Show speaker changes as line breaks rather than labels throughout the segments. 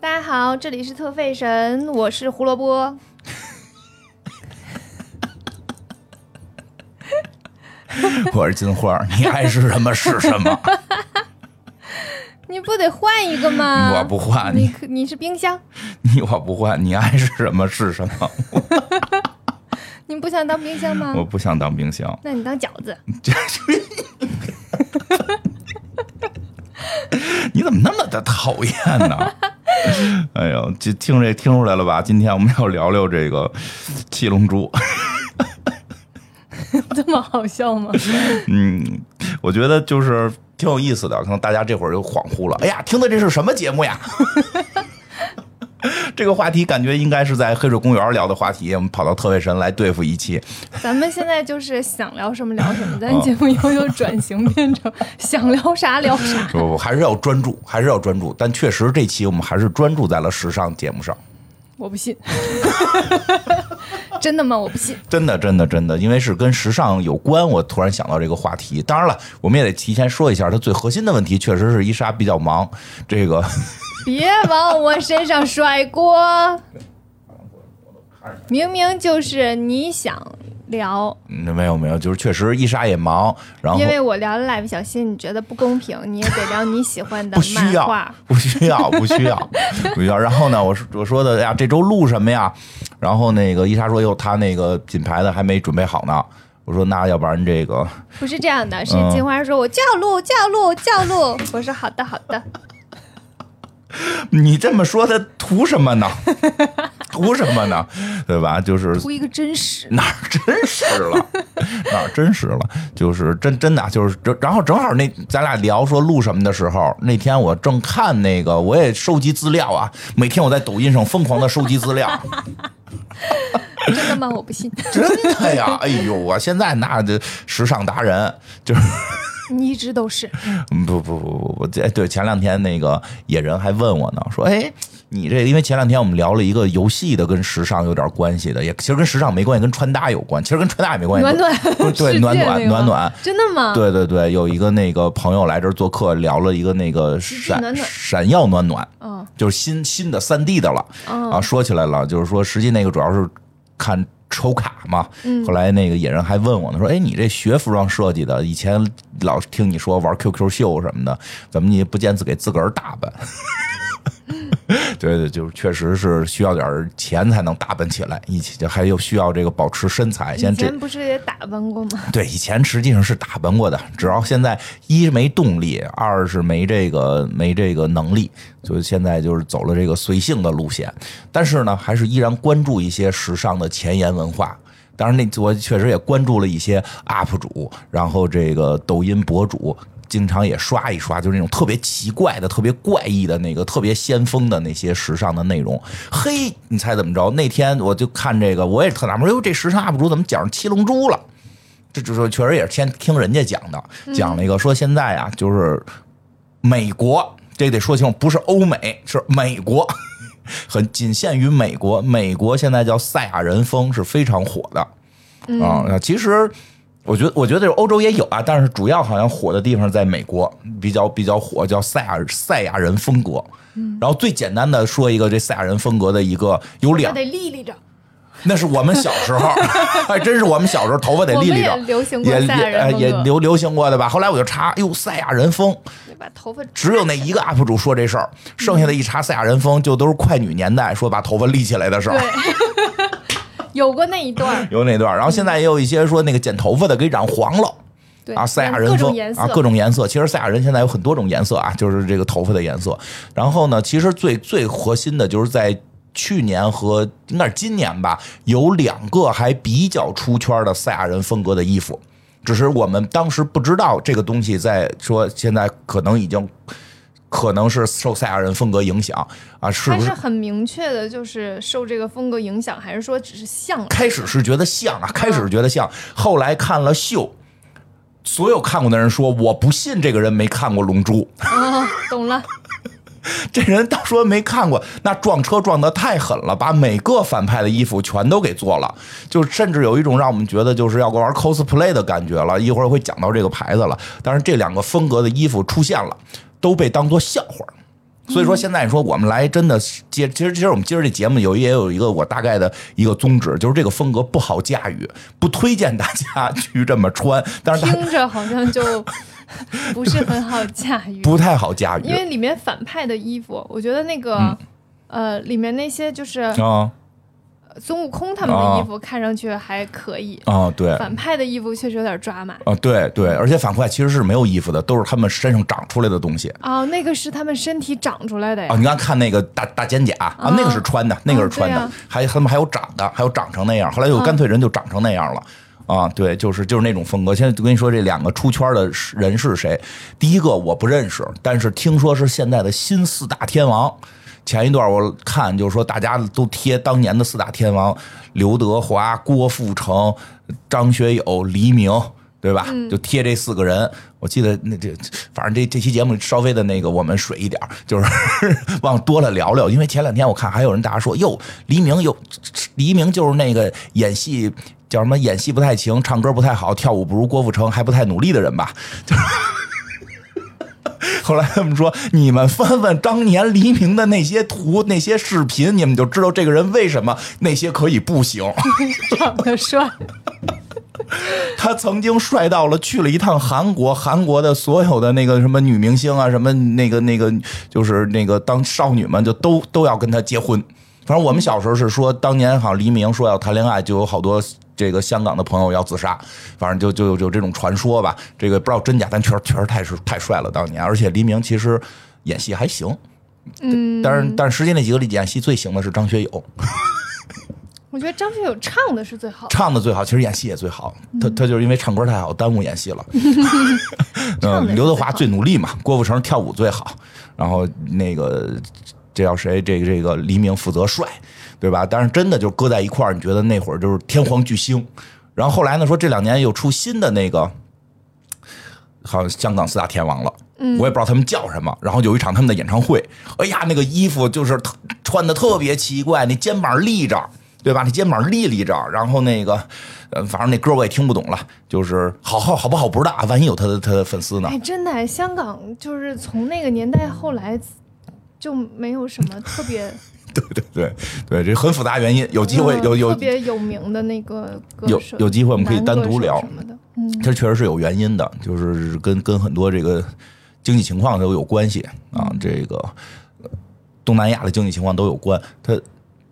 大家好，这里是特费神，我是胡萝卜。
我是金花，你爱是什么是什么，
你不得换一个吗？
嗯我不换
你
你，
可你是冰箱，
你我不换，你爱是什么是什么，
你不想当冰箱吗？
我不想当冰箱。
那你当饺子，
你怎么那么的讨厌呢？ 哎呦，这听这听出来了吧？今天我们要聊聊这个七龙珠。
这么好笑吗？
嗯，我觉得就是挺有意思的，可能大家这会儿就恍惚了。哎呀，听的这是什么节目呀？ 这个话题感觉应该是在黑水公园聊的话题，我们跑到特卫神来对付一期。
咱们现在就是想聊什么聊什么，
哦
咱节目以后就转型变成想聊啥聊啥。
不不不，还是要专注，还是要专注。但确实这期我们还是专注在了时尚节目上。
我不信，真的吗？我不信。
真的，真的，真的，因为是跟时尚有关，我突然想到这个话题。当然了，我们也得提前说一下，它最核心的问题确实是伊莎比较忙。这个，
别往我身上甩锅，明明就是你想聊，
嗯没有没有，就是确实伊莎也忙，然后
因为我聊了蜡笔小新，你觉得不公平，你也得聊你喜欢的
不需
漫
要
画。，
不需要，不需要， 不需要。然后呢，我说我说的哎呀，这周录什么呀？然后那个伊莎说哟，她那个品牌的还没准备好呢。我说那要不然这个
不是这样的，是
嗯
金花说我就要录，就要录，就要录。我说好的，好的。
你这么说，他图什么呢？ 图什么呢？对吧？就是
图一个真实，
哪儿真实了， 哪儿真实了，就是真真的啊就是，然后正好那咱俩聊说录什么的时候，那天我正看那个，我也收集资料啊，每天我在抖音上疯狂的收集资料，
真的吗？我不信。
真的呀，哎呦，我现在那就时尚达人，就是
你一直都 是，
嗯不不不不不，这对前两天那个野人还问我呢，说哎，你这因为前两天我们聊了一个游戏的，跟时尚有点关系的，也其实跟时尚没关系，跟穿搭有关，其实跟穿搭也没关系。
暖暖
不是
世
对
界
暖暖
那个吗
暖暖
真的吗？
对对对，有一个那个朋友来这儿做客，聊了一个那个闪
暖暖
闪耀暖暖，
嗯
就是新新的三 D 的了、
嗯
啊。说起来了，就是说实际那个主要是看抽卡嘛。
嗯
后来那个野人还问我呢，说：“哎，你这学服装设计的，以前老听你说玩 QQ 秀什么的，怎么你不见自给自个儿打扮？” 对对，就是确实是需要点儿钱才能打扮起来，以及还有需要这个保持身材。
以
先这
前不是也打扮过吗？
对，以前实际上是打扮过的，只要现在一是没动力，二是没这个没这个能力，所以现在就是走了这个随性的路线。但是呢，还是依然关注一些时尚的前沿文化。当然那，我确实也关注了一些 UP 主，然后这个抖音博主。经常也刷一刷，就是那种特别奇怪的、特别怪异的那个、特别先锋的那些时尚的内容。嘿，你猜怎么着？那天我就看这个，我也特纳闷，哟，哎这时尚 UP 主怎么讲上七龙珠了？这就说确实也是先听人家讲的，讲了一个说现在啊，就是美国，这得说清楚，不是欧美，是美国， 很仅限于美国。美国现在叫赛亚人风是非常火的啊、那其实。我觉得，我觉得欧洲也有啊，但是主要好像火的地方在美国，比较比较火，叫赛亚赛亚人风格。然后最简单的说一个这赛亚人风格的一个有
我
两，
得立立着，
那是我们小时 候，还真是我们小时候头发得
我
立
们
立
也
着。
流行过
也
赛亚
也
人
呃
风
也
格，
流流行过的吧。后来我就查，哟，赛亚人风，
你把头发
只有 那一个 UP 主说这事儿，剩下的一查赛亚人风就都是快女年代说把头发立起来的事儿。
对， 有过那一段儿，
有那段儿，然后现在也有一些说那个剪头发的给染黄了。
对
啊，赛亚人
各
风
种颜色，
啊，各种颜色。其实赛亚人现在有很多种颜色啊，就是这个头发的颜色。然后呢，其实最最核心的就是在去年和应该是今年吧，有两个还比较出圈的赛亚人风格的衣服，只是我们当时不知道这个东西在说，现在可能已经可能是受赛亚人风格影响啊，是
它
不
是很明确的，就是受这个风格影响，还是说只是像 了？
开始是觉得像啊，开
嗯
始觉得像，后来看了秀，所有看过的人说，我不信这个人没看过《龙珠》，
啊，懂了，
这人倒说没看过，那撞车撞得太狠了，把每个反派的衣服全都给做了，就甚至有一种让我们觉得就是要玩 cosplay 的感觉了。一会儿会讲到这个牌子了，但是这两个风格的衣服出现了，都被当做笑话。
嗯
所以说现在说我们来真的接，其实其实我们今儿这节目有也有一个我大概的一个宗旨，就是这个风格不好驾驭，不推荐大家 去这么穿，但是它
听着好像就不是很好驾驭，
不太好驾驭
因为里面反派的衣服，我觉得那个、
嗯
呃，里面那些就是
啊
孙悟空他们
哦
的衣服看上去还可以，
啊对。
反派的衣服确实有点抓马。
啊，对对，而且反派其实是没有衣服的，都是他们身上长出来的东西
哦，那个是他们身体长出来的
啊。
呀。
你刚看那个大大肩甲啊，那个是穿的，那个是穿的，
啊对啊嗯
还他们还有长的，还有长成那样，后来有干脆人就长成那样了。啊，对，就是就是那种风格。现在就跟你说，这两个出圈的人是谁？第一个我不认识，但是听说是现在的新四大天王。前一段我看就是说，大家都贴当年的四大天王：刘德华、郭富城、张学友、黎明，对吧？就贴这四个人。我记得那这，反正这这期节目稍微的那个我们水一点儿， 就是往多了聊聊。因为前两天我看还有人大家说，哟，黎明又黎明就是那个演戏叫什么演戏不太行，唱歌不太好，跳舞不如郭富城，还不太努力的人吧？ 就是。后来他们说，你们翻翻当年黎明的那些图、那些视频，你们就知道这个人为什么那些可以不行。
长得帅，
他曾经帅到了去了一趟韩国，韩国的所有的那个什么女明星啊，什么那个那个，就是那个当少女们就都都要跟他结婚。反正我们小时候是说，当年好像黎明说要谈恋爱，就有好多这个香港的朋友要自杀，反正就就有有这种传说吧。这个不知道真假，但确实确实太是太帅了当年。而且黎明其实演戏还行，嗯，但是但是实际那几个里演戏最行的是张学友。
我觉得张学友唱的是最好的，嗯
唱的最好，其实演戏也最好。他他就是因为唱歌太好，耽误演戏 了。
唱得
嗯，
也
刘德
最
华
好
最努力嘛，郭富城跳舞最好，然后那个这叫谁？这个这个黎明负责帅，对吧？但是真的就搁在一块儿，你觉得那会儿就是天皇巨星。然后后来呢，说这两年又出新的那个，好像香港四大天王了。
嗯
我也不知道他们叫什么，然后有一场他们的演唱会，哎呀，那个衣服就是特穿的特别奇怪，那肩膀立着，对吧？那肩膀立立着，然后那个，呃，反正那歌我也听不懂了，就是好好好不好不知道啊，万一有他的他的粉丝呢？
哎，真的哎，香港就是从那个年代后来就没有什么特别
对对对对，这很复杂原因，有机会
嗯
有有
特别有名的那个歌
有
手，
有机会我们可以单独聊
男歌手什么的。嗯，
这确实是有原因的，就是跟跟很多这个经济情况都有关系啊。这个呃东南亚的经济情况都有关。他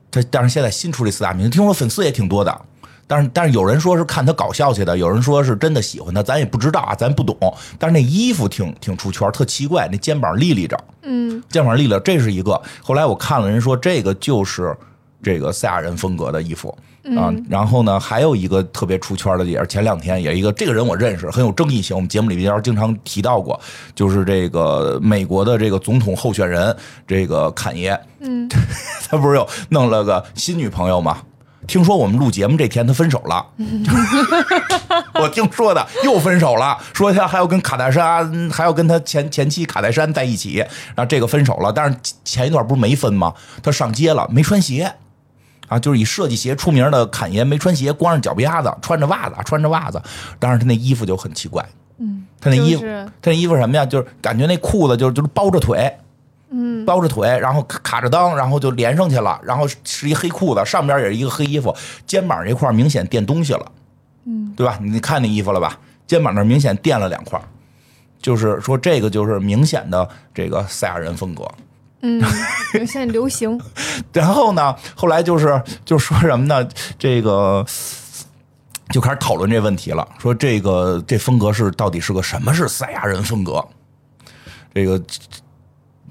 他，但是现在新出这四大明星，听说粉丝也挺多的。但是但是有人说是看他搞笑去的，有人说是真的喜欢他，咱也不知道啊，咱不懂。但是那衣服挺挺出圈，特奇怪，那肩膀立立着，
嗯，
肩膀立着，这是一个。后来我看了人说这个就是这个赛亚人风格的衣服啊、然后呢，还有一个特别出圈的，也是前两天也一个这个人我认识，很有争议性。我们节目里边经常提到过，就是这个美国的这个总统候选人这个坎爷，
嗯，
他不是又弄了个新女朋友吗？听说我们录节目这天他分手了， 我听说的又分手了，说他还要跟卡戴珊，嗯还要跟他前前妻卡戴珊在一起，然后这个分手了，但是前一段不是没分吗？他上街了，没穿鞋。啊，就是以设计鞋出名的侃爷，没穿鞋，光着脚丫子，穿着袜子，穿着袜子。当然，他那衣服就很奇怪。嗯，他那衣服，
就是
他那衣服是什么呀？就是感觉那裤子就是就是包着腿，嗯，包着腿，然后卡卡着裆，然后就连上去了，然后是是一黑裤子，上边也是一个黑衣服，肩膀这块儿明显垫东西了，嗯，对吧？你看那衣服了吧？肩膀那儿明显垫了两块儿，就是说这个就是明显的这个赛亚人风格。
嗯， 因为现在流行，
然后呢，后来就是就说什么呢？这个就开始讨论这问题了，说这个这风格是到底是个什么是赛亚人风格？这个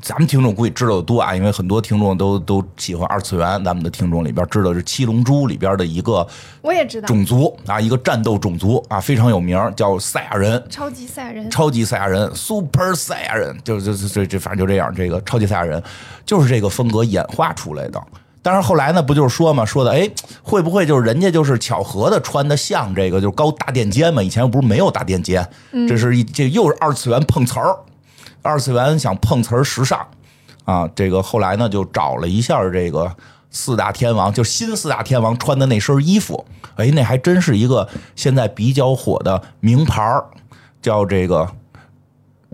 咱们听众估计知道的多啊，因为很多听众都都喜欢二次元，咱们的听众里边知道是《七龙珠》里边的一个
我也知道，
种族啊，一个战斗种族啊，非常有名，叫赛亚人。
超级赛人，
超级赛亚人，Super 赛亚人，就就就这这，反正就这样。这个超级赛亚人就是这个风格演化出来的。但是后来呢，不就是说嘛，说的哎，会不会就是人家就是巧合的穿的像这个，就是高大垫肩嘛？以前又不是没有大垫肩，这是一这又是二次元碰瓷儿，二次元想碰瓷儿时尚啊。这个后来呢，就找了一下这个四大天王，就新四大天王穿的那身衣服，哎，那还真是一个现在比较火的名牌儿，叫这个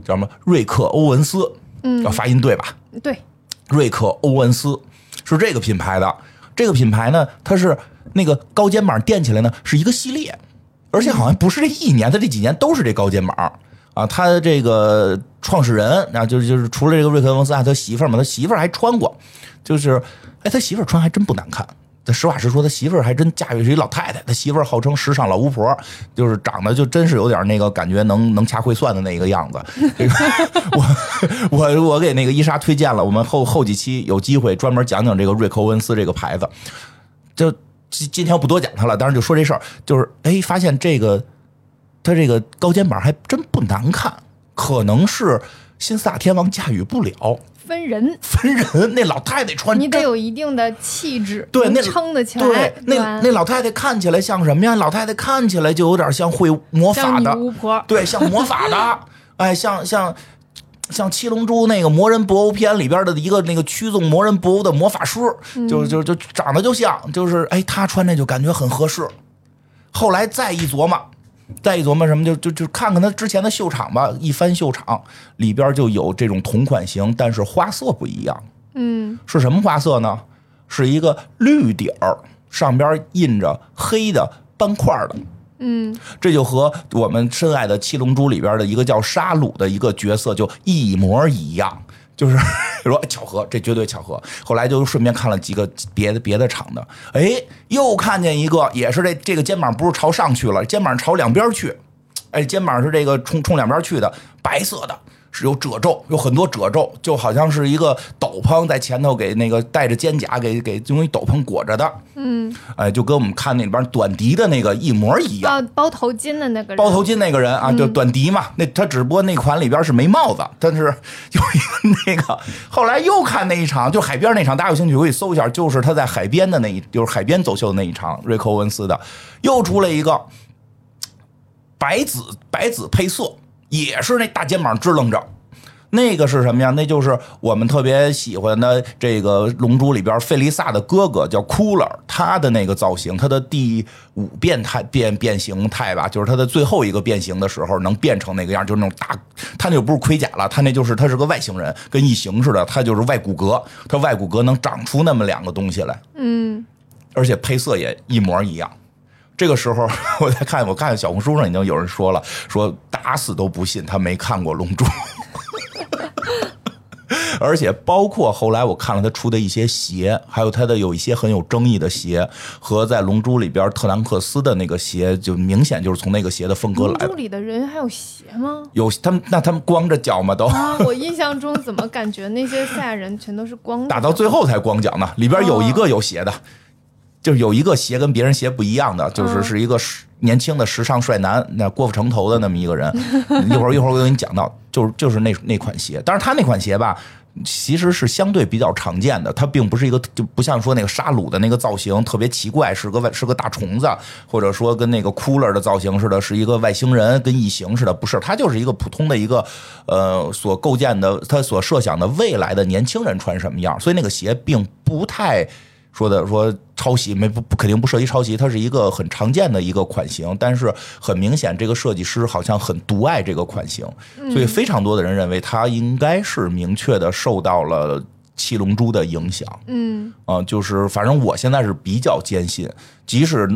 叫什么瑞克·欧文斯，嗯，发音对吧？
对，
瑞克欧文斯是这个品牌的。这个品牌呢，它是那个高肩膀垫起来呢是一个系列，而且好像不是这一年，它这几年都是这高肩膀啊。它这个创始人啊，就是就是除了这个瑞克欧文斯啊，他媳妇儿嘛，他媳妇儿还穿过，就是哎，他媳妇儿穿还真不难看。他实话实说，他媳妇儿还真驾驭是一老太太。他媳妇儿号称时尚老巫婆，就是长得就真是有点那个感觉能能掐会算的那个样子。这个我 我我给那个伊莎推荐了，我们后后几期有机会专门讲讲这个瑞克欧文斯这个牌子。就今今天我不多讲它了，当然就说这事儿，就是哎，发现这个它这个高肩膀还真不难看，可能是新萨天王驾驭不了，
分人，
分人。那老太太穿
你得
真
有一定的气质，
哦对
能
那
撑得起来
对，，那那老太太看起来像什么呀？老太太看起来就有点像会魔法
像女
的，
巫婆，
对，像魔法的，哎，像像像七龙珠那个魔人布欧篇里边的一个那个驱纵魔人布欧的魔法师，就就就长得就像，就是哎，她穿这就感觉很合适。后来再一琢磨。再一琢磨什么就就就看看她之前的秀场吧，一翻秀场里边就有这种同款型，但是花色不一样，
嗯，
是什么花色呢？是一个绿底儿，上边印着黑的斑块儿的。
嗯，
这就和我们深爱的《七龙珠》里边的一个叫沙鲁的一个角色就一模一样，就是 说哎巧合，这绝对巧合。后来就顺便看了几个 别的别的厂的，哎，又看见一个，也是这这个肩膀不是朝上去了，肩膀朝两边去，哎，肩膀是这个冲冲两边去的，白色的。是有褶皱，有很多褶皱，就好像是一个斗篷在前头给那个带着肩甲给给用一斗篷裹着的，嗯，哎，就跟我们看那里边短笛的那个一模一样。
包包头巾的那个人，
哎
嗯
包头巾那个人啊，就短笛嘛，那他只不过那款里边是没帽子，但是有一个 那个，后来又看那一场，就海边那场，大家有兴趣可以搜一下，就是他在海边的那一，就是海边走秀的那一场，瑞克·欧文斯的，又出了一个白紫白紫配色，也是那大肩膀支棱着。那个是什么呀？那就是我们特别喜欢的这个《龙珠》里边费利萨的哥哥叫库勒，他的那个造型，他的第五变态变变形态吧，就是他的最后一个变形的时候能变成那个样，就是那种大，他那就不是盔甲了，他那就是他是个外星人，跟异形似的，他就是外骨骼，他外骨骼能长出那么两个东西来，
嗯，
而且配色也一模一样。这个时候， 我在看，我看小红书上已经有人说了，说打死都不信他没看过《龙珠》， 而且包括后来我看了他出的一些鞋，还有他的有一些很有争议的鞋，和在《龙珠》里边特兰克斯的那个鞋，就明显就是从那个鞋的风格
龙
来
珠
的。
里的人还有鞋吗？
有他们，那他们光着脚吗？都
啊，我印象中怎么感觉那些赛亚人全都是光的
打到最后才光脚呢。里边有一个有鞋的，就是有一个鞋跟别人鞋不一样的，就是
嗯
是一个时年轻的时尚帅男，那郭富城头的那么一个人。一会儿一会儿我给你讲到，就是就是那那款鞋，但是他那款鞋吧。其实是相对比较常见的，它并不是一个就不像说那个沙鲁的那个造型特别奇怪，是个外是个大虫子，或者说跟那个骷髅的造型似的，是一个外星人跟异形似的，不是，它就是一个普通的一个呃所构建的，它所设想的未来的年轻人穿什么样，所以那个鞋并不太说的说抄袭没不不肯定不涉及抄袭，它是一个很常见的一个款型，但是很明显这个设计师好像很独爱这个款型，所以非常多的人认为它应该是明确的受到了。七龙珠的影响
嗯
啊、就是反正我现在是比较坚信，即使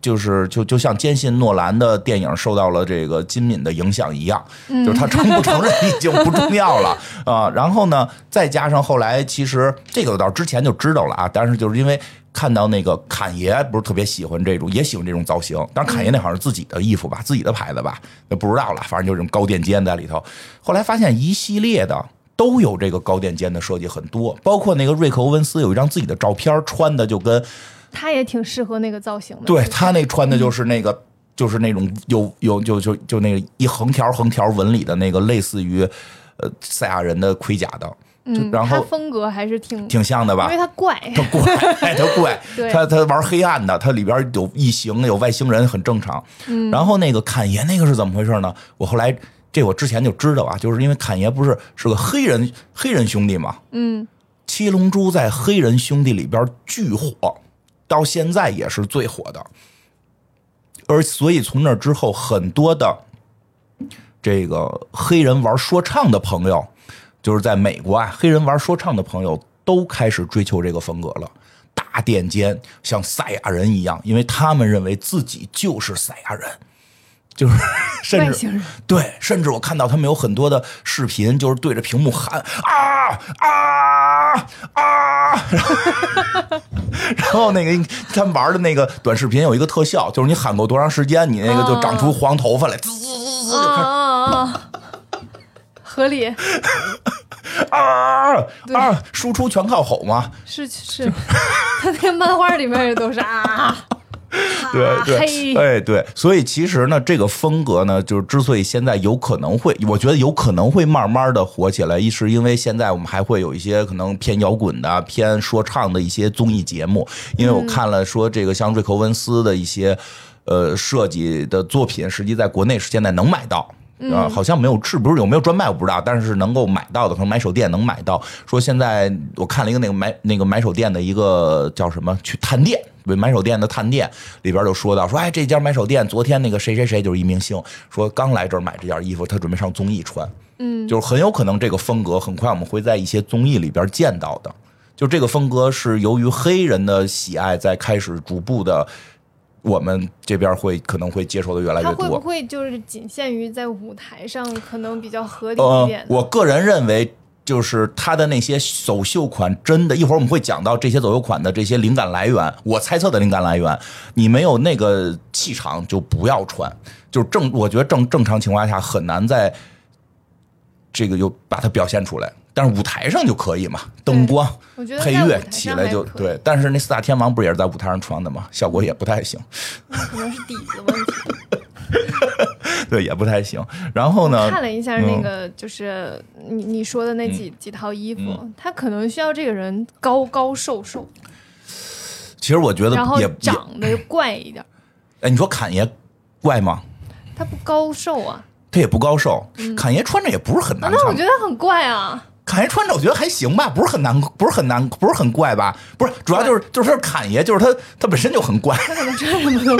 就是就就像坚信诺兰的电影受到了这个金敏的影响一样，就是他承不承认已经不重要了啊、然后呢，再加上后来，其实这个我到之前就知道了啊，但是就是因为看到那个侃爷不是特别喜欢这种，也喜欢这种造型。当然，侃爷那好像是自己的衣服吧，自己的牌子吧，那不知道了。反正就是这种高垫肩在里头。后来发现一系列的。都有这个高垫肩的设计很多，包括那个瑞克·欧文斯有一张自己的照片，穿的就跟
他也挺适合那个造型的。
对他那穿的就是那个，就是那种有有就就就那个一横条横条纹理的那个，类似于呃赛亚人的盔甲的，就
嗯，
然
他
后
风格还是挺，
挺像的吧
因为？他怪，
他怪，哎他怪
对，
他他玩黑暗的，他里边有异形，有外星人，很正常。
嗯
然后那个侃爷那个是怎么回事呢？我后来这我之前就知道啊，就是因为侃爷不是是个黑人黑人兄弟嘛，
嗯，
七龙珠在黑人兄弟里边巨火，到现在也是最火的。而所以从那之后，很多的这个黑人玩说唱的朋友就是在美国啊，黑人玩说唱的朋友都开始追求这个风格了。大垫肩，像赛亚人一样，因为他们认为自己就是赛亚人， 就是甚
外
至
星人
对，甚至我看到他们有很多的视频，就是对着屏幕喊啊啊啊， 然后然后那个他们玩的那个短视频有一个特效，就是你喊够多长时间，你那个就长出黄头发来，滋滋滋滋
啊
哦
啊啊！ 合理
啊啊，输出全靠吼嘛，
是是， 他那个漫画里面也都是啊，
对对，
嘿
哎对，所以其实呢，这个风格呢，就是之所以现在有可能会，我觉得有可能会慢慢的火起来，一是因为现在我们还会有一些可能偏摇滚的、偏说唱的一些综艺节目，因为我看了说这个像瑞克文斯的一些呃设计的作品，实际在国内是现在能买到。
嗯
啊、好像没有是不是有没有专哎卖我不知道，但是能够买到的，可能买手店能买到。说现在我看了一个那个买那个买手店的一个叫什么去探店，对买手店的探店里边就说到说，哎，这家买手店昨天那个谁谁谁就是一明星，说刚来这儿买这件衣服，他准备上综艺穿，嗯，就是很有可能这个风格很快我们会在一些综艺里边见到的。就这个风格是由于黑人的喜爱在开始逐步的，我们这边会可能会接受的越来
他
越
会
多。
不会就是仅限于在舞台上可能比较合理一
呃
点，？
我个人认为，就是他的那些走秀款，真的，一会儿我们会讲到这些走秀款的这些灵感来源。我猜测的灵感来源，你没有那个气场就不要穿，就是正，我觉得正正常情况下很难在这个有把它表现出来。但是舞台上就可以嘛，灯光、
我觉得
配
在舞
乐
台
起
上
来
还
就
可以
对。但是那四大天王不也是在舞台上穿的吗？效果也不太行，
可能是底子问题。
对，也不太行。然后呢？
看了一下
嗯
那个，就是你你说的那几几套衣
嗯
服，他可能需要这个人高高瘦瘦，
其实我觉得
然后
呃也也，
长得怪一点。
哎，你说侃爷怪吗？
他不高瘦 啊，
他也不高瘦，侃爷穿着也不是很难
嗯那我
看
觉。得很怪啊。
侃爷穿着我觉得还行吧，不是很难，不是很难，不是很怪吧？不是，主要就是就是他是侃爷，就是他他本身就很怪，
他可能穿什么都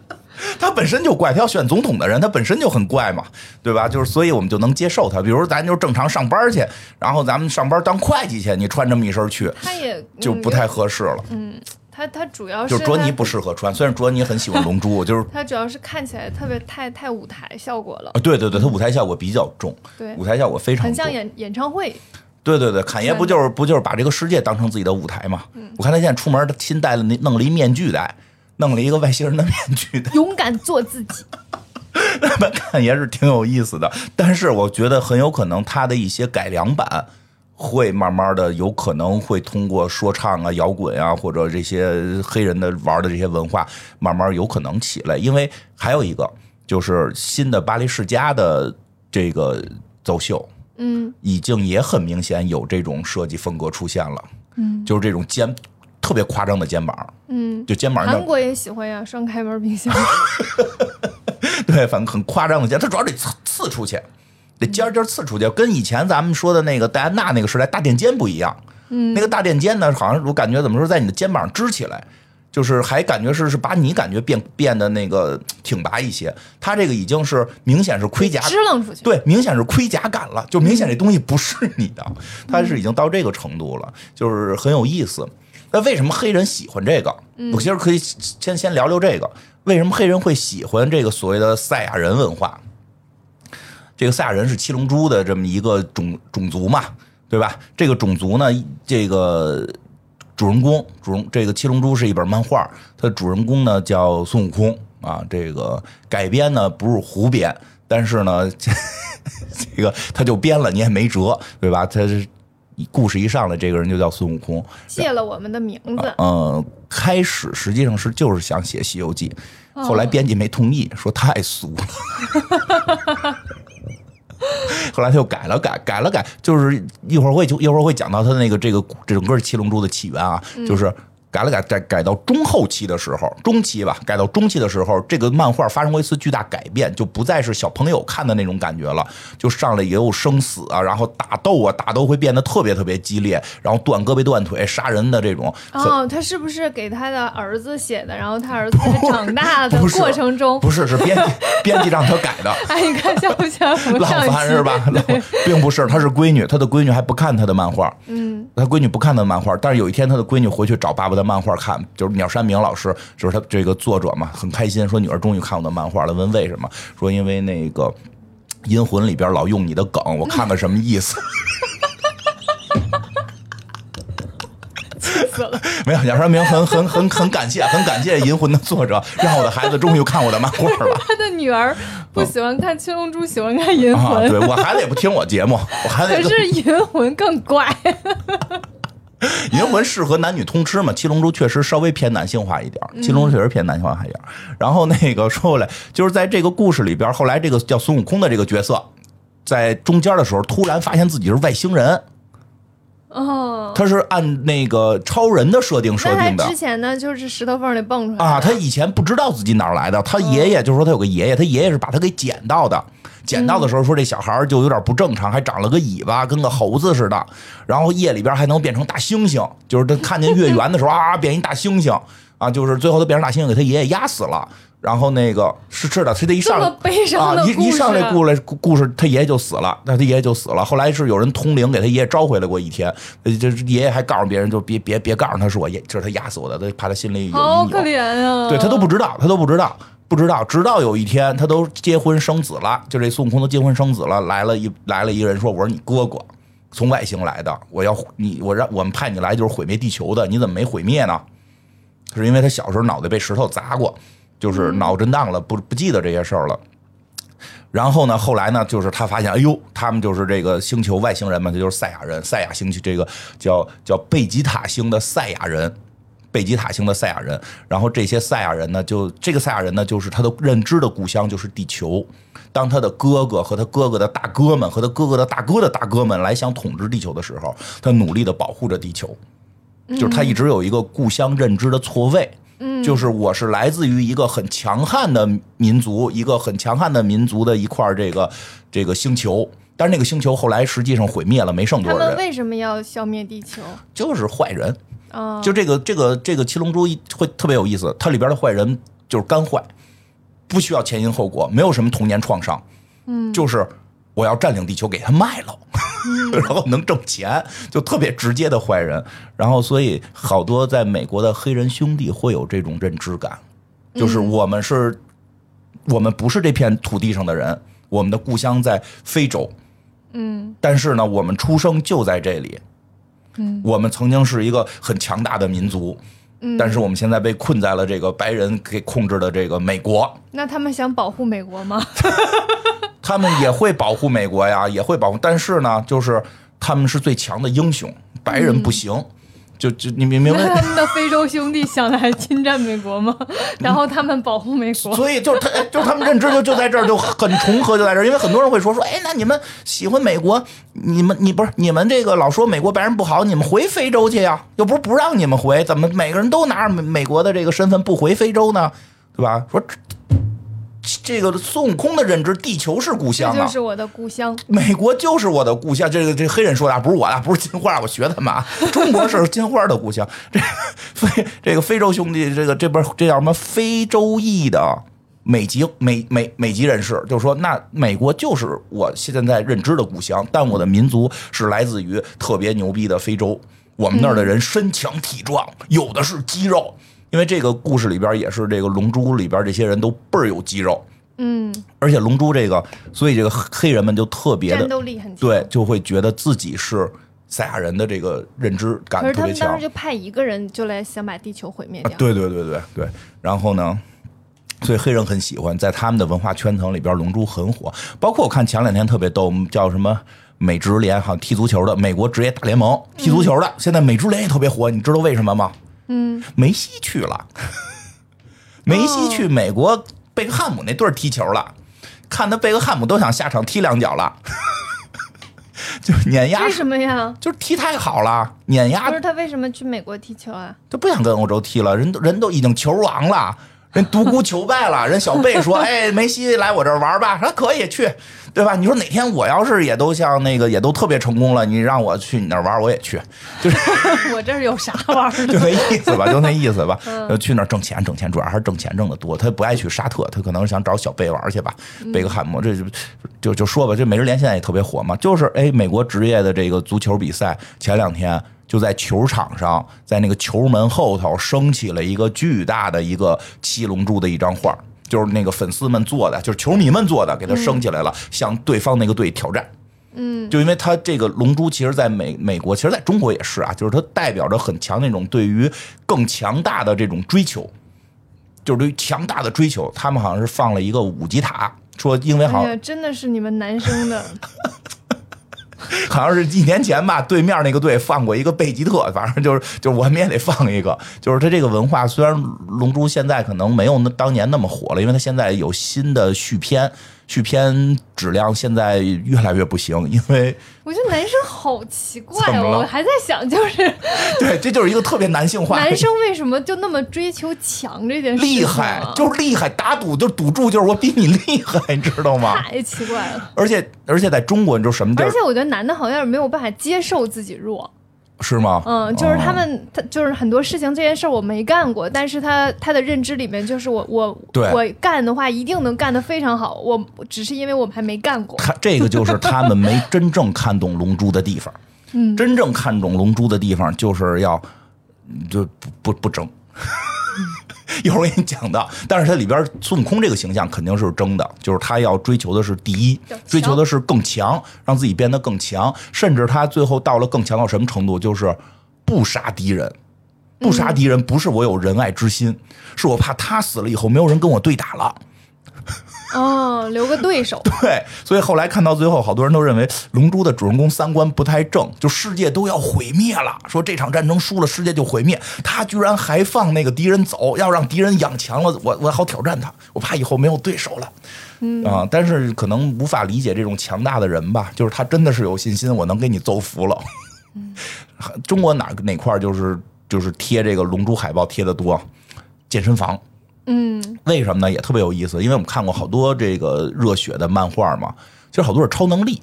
他本身就怪，他要选总统的人，他本身就很怪嘛，对吧？就是所以我们就能接受他。比如咱就正常上班去，然后咱们上班当会计去，你穿这么一身去
他也
就
嗯
不太合适了。
他他主要
就是是卓
他
尼不适合穿，虽然卓尼很喜欢龙珠， 就是
他主要是看起来特别太太舞台效果了
啊，，对对对，他舞台效果比较重，
对
舞台效果非常
很
重，
像演演唱会。
对对对，侃爷不就是不就是把这个世界当成自己的舞台嘛？我看他现在出门，他新戴了那弄了一面具戴，弄了一个外星人的面具戴，
勇敢做自己，
侃爷是挺有意思的。但是我觉得很有可能他的一些改良版会慢慢的有可能会通过说唱啊、摇滚啊，或者这些黑人的玩的这些文化，慢慢有可能起来。因为还有一个就是新的巴黎世家的这个走秀，
嗯，
已经也很明显有这种设计风格出现了，嗯，就是这种肩特别夸张的肩膀，
嗯，
就肩膀
韩
上
国也喜欢呀，双开门冰箱，
对，反正很夸张的肩，它主要得刺刺出去，得尖儿尖儿刺出去，跟以前咱们说的那个戴安娜那个时代大垫肩不一样，嗯，那个大垫肩呢，好像我感觉怎么说，在你的肩膀上支起来。就是还感觉是是把你感觉变变得那个挺拔一些，它这个已经是明显是 盔甲
支棱出去。
对，明显是盔甲感了，就明显这东西不是你的， 它是已经到这个程度了，就是很有意思。那为什么黑人喜欢这个？我其实可以先先聊聊这个，为什么黑人会喜欢这个所谓的赛亚人文化？这个赛亚人是七龙珠的这么一个种种族嘛，对吧？这个种族呢，这个主人公主人这个《七龙珠》是一本漫画，它的主人公呢叫孙悟空啊。这个改编呢不是胡编，但是呢，这这个他就编了，你也没辙，对吧？他是故事一上来，这个人就叫孙悟空。
借了我们的名字，
嗯，开始实际上是就是想写《西游记》，后来编辑没同意，说太俗了。 后来他又改了改，改了改，就是一会儿会就一会儿会讲到他那个这个整个《七龙珠》的起源啊，就是改了改，改改到中后期的时候，中期吧，改到中期的时候，这个漫画发生过一次巨大改变，就不再是小朋友看的那种感觉了，就上来也有生死啊，然后打斗啊，打斗会变得特别特别激烈，然后断胳膊断腿、杀人的这种，很
哦，他是不是给他的儿子写的？然后他儿子在长大的
不是
过程中，
不是是 编辑编辑让他改的。
哎，你看像不像我们
浪
上
翻
期？
是吧？浪并不是，她是闺女，她的闺女还不看她的漫画，嗯，她闺女不看她的漫画，但是有一天她的闺女回去找爸爸的漫画看，就是鸟山明老师，就是他这个作者嘛，很开心，说女儿终于看我的漫画了，问为什么，说因为那个《阴魂》里边老用你的梗，我看看什么意思。 没有，鸟山明很很很很感谢，很感谢《银魂》的作者，让我的孩子终于看我的漫画了。
他的女儿不喜欢看《七龙珠》，喜欢看《银
啊，
魂》
对我孩子也不听我节目，我孩子也
可
跟
是银魂更怪，
银魂适合男女通吃嘛，七龙珠确实稍微偏男性化一点儿，七龙珠确实偏男性化一点儿。然后那个说回来，就是在这个故事里边儿，后来这个叫孙悟空的这个角色，在中间的时候突然发现自己是外星人，
哦，
他是按那个超人的设定设
那
定
他
的
之。前呢，就是石头缝里蹦出来的
啊，他以前不知道自己哪儿来的，他爷爷就是说他有个爷爷，他爷爷是把他给捡到的。捡到的时候说这小孩儿就有点不正常，还长了个尾巴，跟个猴子似的。然后夜里边还能变成大猩猩，就是他看见月圆的时候啊，变一大猩猩啊，就是最后他变成大猩猩，给他爷爷压死了。然后那个是是的，他这一
这
上
么悲伤的
啊，
故
一
事，
一上这故事故故事，他爷爷就死了，那他爷爷就死了。后来是有人通灵给他爷爷招回来过一天，呃这这爷爷还告诉别人，就别别别告诉他是我爷，这是他压死我的，他怕他心里有
好
阴
可
影。
怜啊！
对他都不知道，他都不知道，不知道，直到有一天他都结婚生子了，就这孙悟空都结婚生子了，来了一来了一个人说：“我是你哥哥，从外星来的，我要你，我让我们派你来就是毁灭地球的，你怎么没毁灭呢？”是因为他小时候脑袋被石头砸过，就是脑震荡了，不不记得这些事儿了。然后呢，后来呢，就是他发现，哎呦，他们就是这个星球外星人嘛，这就是赛亚人，赛亚星球这个叫叫贝吉塔星的赛亚人，贝吉塔星的赛亚人。然后这些赛亚人呢，就这个赛亚人呢，就是他的认知的故乡就是地球。当他的哥哥和他哥哥的大哥们和他哥哥的大哥的大哥们来想统治地球的时候，他努力的保护着地球。就是他一直有一个故乡认知的错位。
嗯
就是我是来自于一个很强悍的民族，一个很强悍的民族的一块儿这个这个星球，但是那个星球后来实际上毁灭了，没剩多
他
少
们
人，
为什么要消灭地球？
就是坏人。
啊、
就这个这个这个《七龙珠》一会特别有意思，它里边的坏人就是干坏，不需要前因后果，没有什么童年创伤，嗯，就是我要占领地球给他卖了， 然后能挣钱，就特别直接的坏人。然后所以好多在美国的黑人兄弟会有这种认知感，就是我们是、我们不是这片土地上的人，我们的故乡在非洲，
嗯，
但是呢，我们出生就在这里。嗯，我们曾经是一个很强大的民族，嗯，但是我们现在被困在了这个白人给控制的这个美国。
那他们想保护美国 吗？
他们也会保护美国 呀，也会保护，但是呢，就是他们是最强的英雄，白人不行。就就你明明白
那他们的非洲兄弟想来侵占美国吗？然后他们保护美国？
所以就是他，哎就是他们认知就就在这儿，就很重合，就在这儿。因为很多人会说说，哎，那你们喜欢美国，你们你不是你们这个老说美国白人不好，你们回非洲去呀？又不是不让你们回，怎么每个人都拿着美美国的这个身份不回非洲呢？对吧？说这 这个孙悟空的认知，地球是故
这
乡
就
啊。
是我的故乡。
美国就是我的故乡，这个这黑人说的啊，不是我的，不是金花，我学他们啊。中国是金花的故乡，这非这个非洲兄弟，这个这边这叫什么非洲裔的美籍美美美籍人士，就说那美国就是我现在认知的故乡，但我的民族是来自于特别牛逼的非洲，我们那
嗯
儿的人身强体壮，有的是肌肉，因为这个故事里边也是这个《龙珠》里边这些人都倍儿有肌肉。
嗯，
而且龙珠这个，所以这个黑人们就特别的
战斗力很强。
对，就会觉得自己是赛亚人的这个认知感
可是
啊特
他
别
们当
强
时。就派一个人就来想把地球毁灭
啊
掉。
对对对对对，然后呢？所以黑人很喜欢，在他们的文化圈层里边，《龙珠》很火。包括我看前两天特别逗，叫什么美职联，好像踢足球的，美国职业大联盟踢足球的，现在美职联也特别火，你知道为什么吗？
嗯，
梅西去了，梅西
哦
去美国贝克汉姆那队儿踢球了，看他贝克汉姆都想下场踢两脚了。 就碾压
为，什么呀？
就是踢太好了，碾压
不是他为什么去美国踢球 啊？
他不想跟欧洲踢了，人都人都已经球王了，人独孤求败了。人小贝说：“哎，梅西来我这儿玩吧。”说可以去，对吧？你说哪天我要是也都像那个也都特别成功了，你让我去你那儿玩，我也去，
我这儿有啥玩儿的？
就那意思吧，就那意思吧。呃去那儿挣钱，挣钱主要还是挣钱挣得多。他不爱去沙特，他可能想找小贝玩去吧。贝克汉姆这就就就说吧，这美职联现在也特别火嘛，就是哎，美国职业的这个足球比赛前两天。就在球场上，在那个球门后头升起了一个巨大的一个七龙珠的一张画，就是那个粉丝们做的，就是球迷们做的，给它升起来了，向对方那个队挑战。
嗯
就因为它这个龙珠，其实在美美国，其实在中国也是啊，就是它代表着很强那种对于更强大的这种追求，就是对于强大的追求。他们好像是放了一个五级塔，说因为嗯好
哎呀，真的是你们男生 的，
好像是一年前吧，对面那个队放过一个贝吉特，反正就是就是我们也得放一个。就是它这个文化，虽然《龙珠》现在可能没有那当年那么火了，因为它现在有新的续篇，续篇质量现在越来越不行，因为。
我觉得男生好奇怪
怎么了
哦。我还在想，就是
对，这就是一个特别男性化的一个
男生为什么就那么追求强这件事情啊？
厉害，就是厉害，打赌就是赌注，就是我比你厉害，你知道吗？
太奇怪了。
而且而且在中国，你知道什么地
而
儿
且我觉得男的好像是没有办法接受自己弱，
是吗？
嗯，就是他
哦、
们，他就是很多事情这件事儿我没干过，但是他他的认知里面就是我我
对
我干的话一定能干得非常好，我只是因为我们还没干 过，
他这个就是他们没真正看懂《龙珠》的 地方。嗯，真正看懂《龙珠》的地方，就是要就不不不争。 一会儿我给你讲到，但是它里边孙悟空这个形象肯定是争的，就是他要追求的是第一
要强，
追求的是更强，让自己变得更强，甚至他最后到了更强到什么程度，就是不杀敌人。
嗯
不杀敌人不是我有仁爱之心，是我怕他死了以后没有人跟我对打了。
哦，留个对手，
对，所以后来看到最后，好多人都认为《龙珠》的主人公三观不太正，就世界都要毁灭了，说这场战争输了世界就毁灭，他居然还放那个敌人走，要让敌人养强了，我我好挑战他，我怕以后没有对手了。嗯啊、但是可能无法理解这种强大的人吧，就是他真的是有信心，我能给你揍服了。 中国哪哪块儿就是就是贴这个《龙珠》海报贴的多？健身房。
嗯，
为什么呢？也特别有意思，因为我们看过好多这个热血的漫画嘛，其实好多是超能力。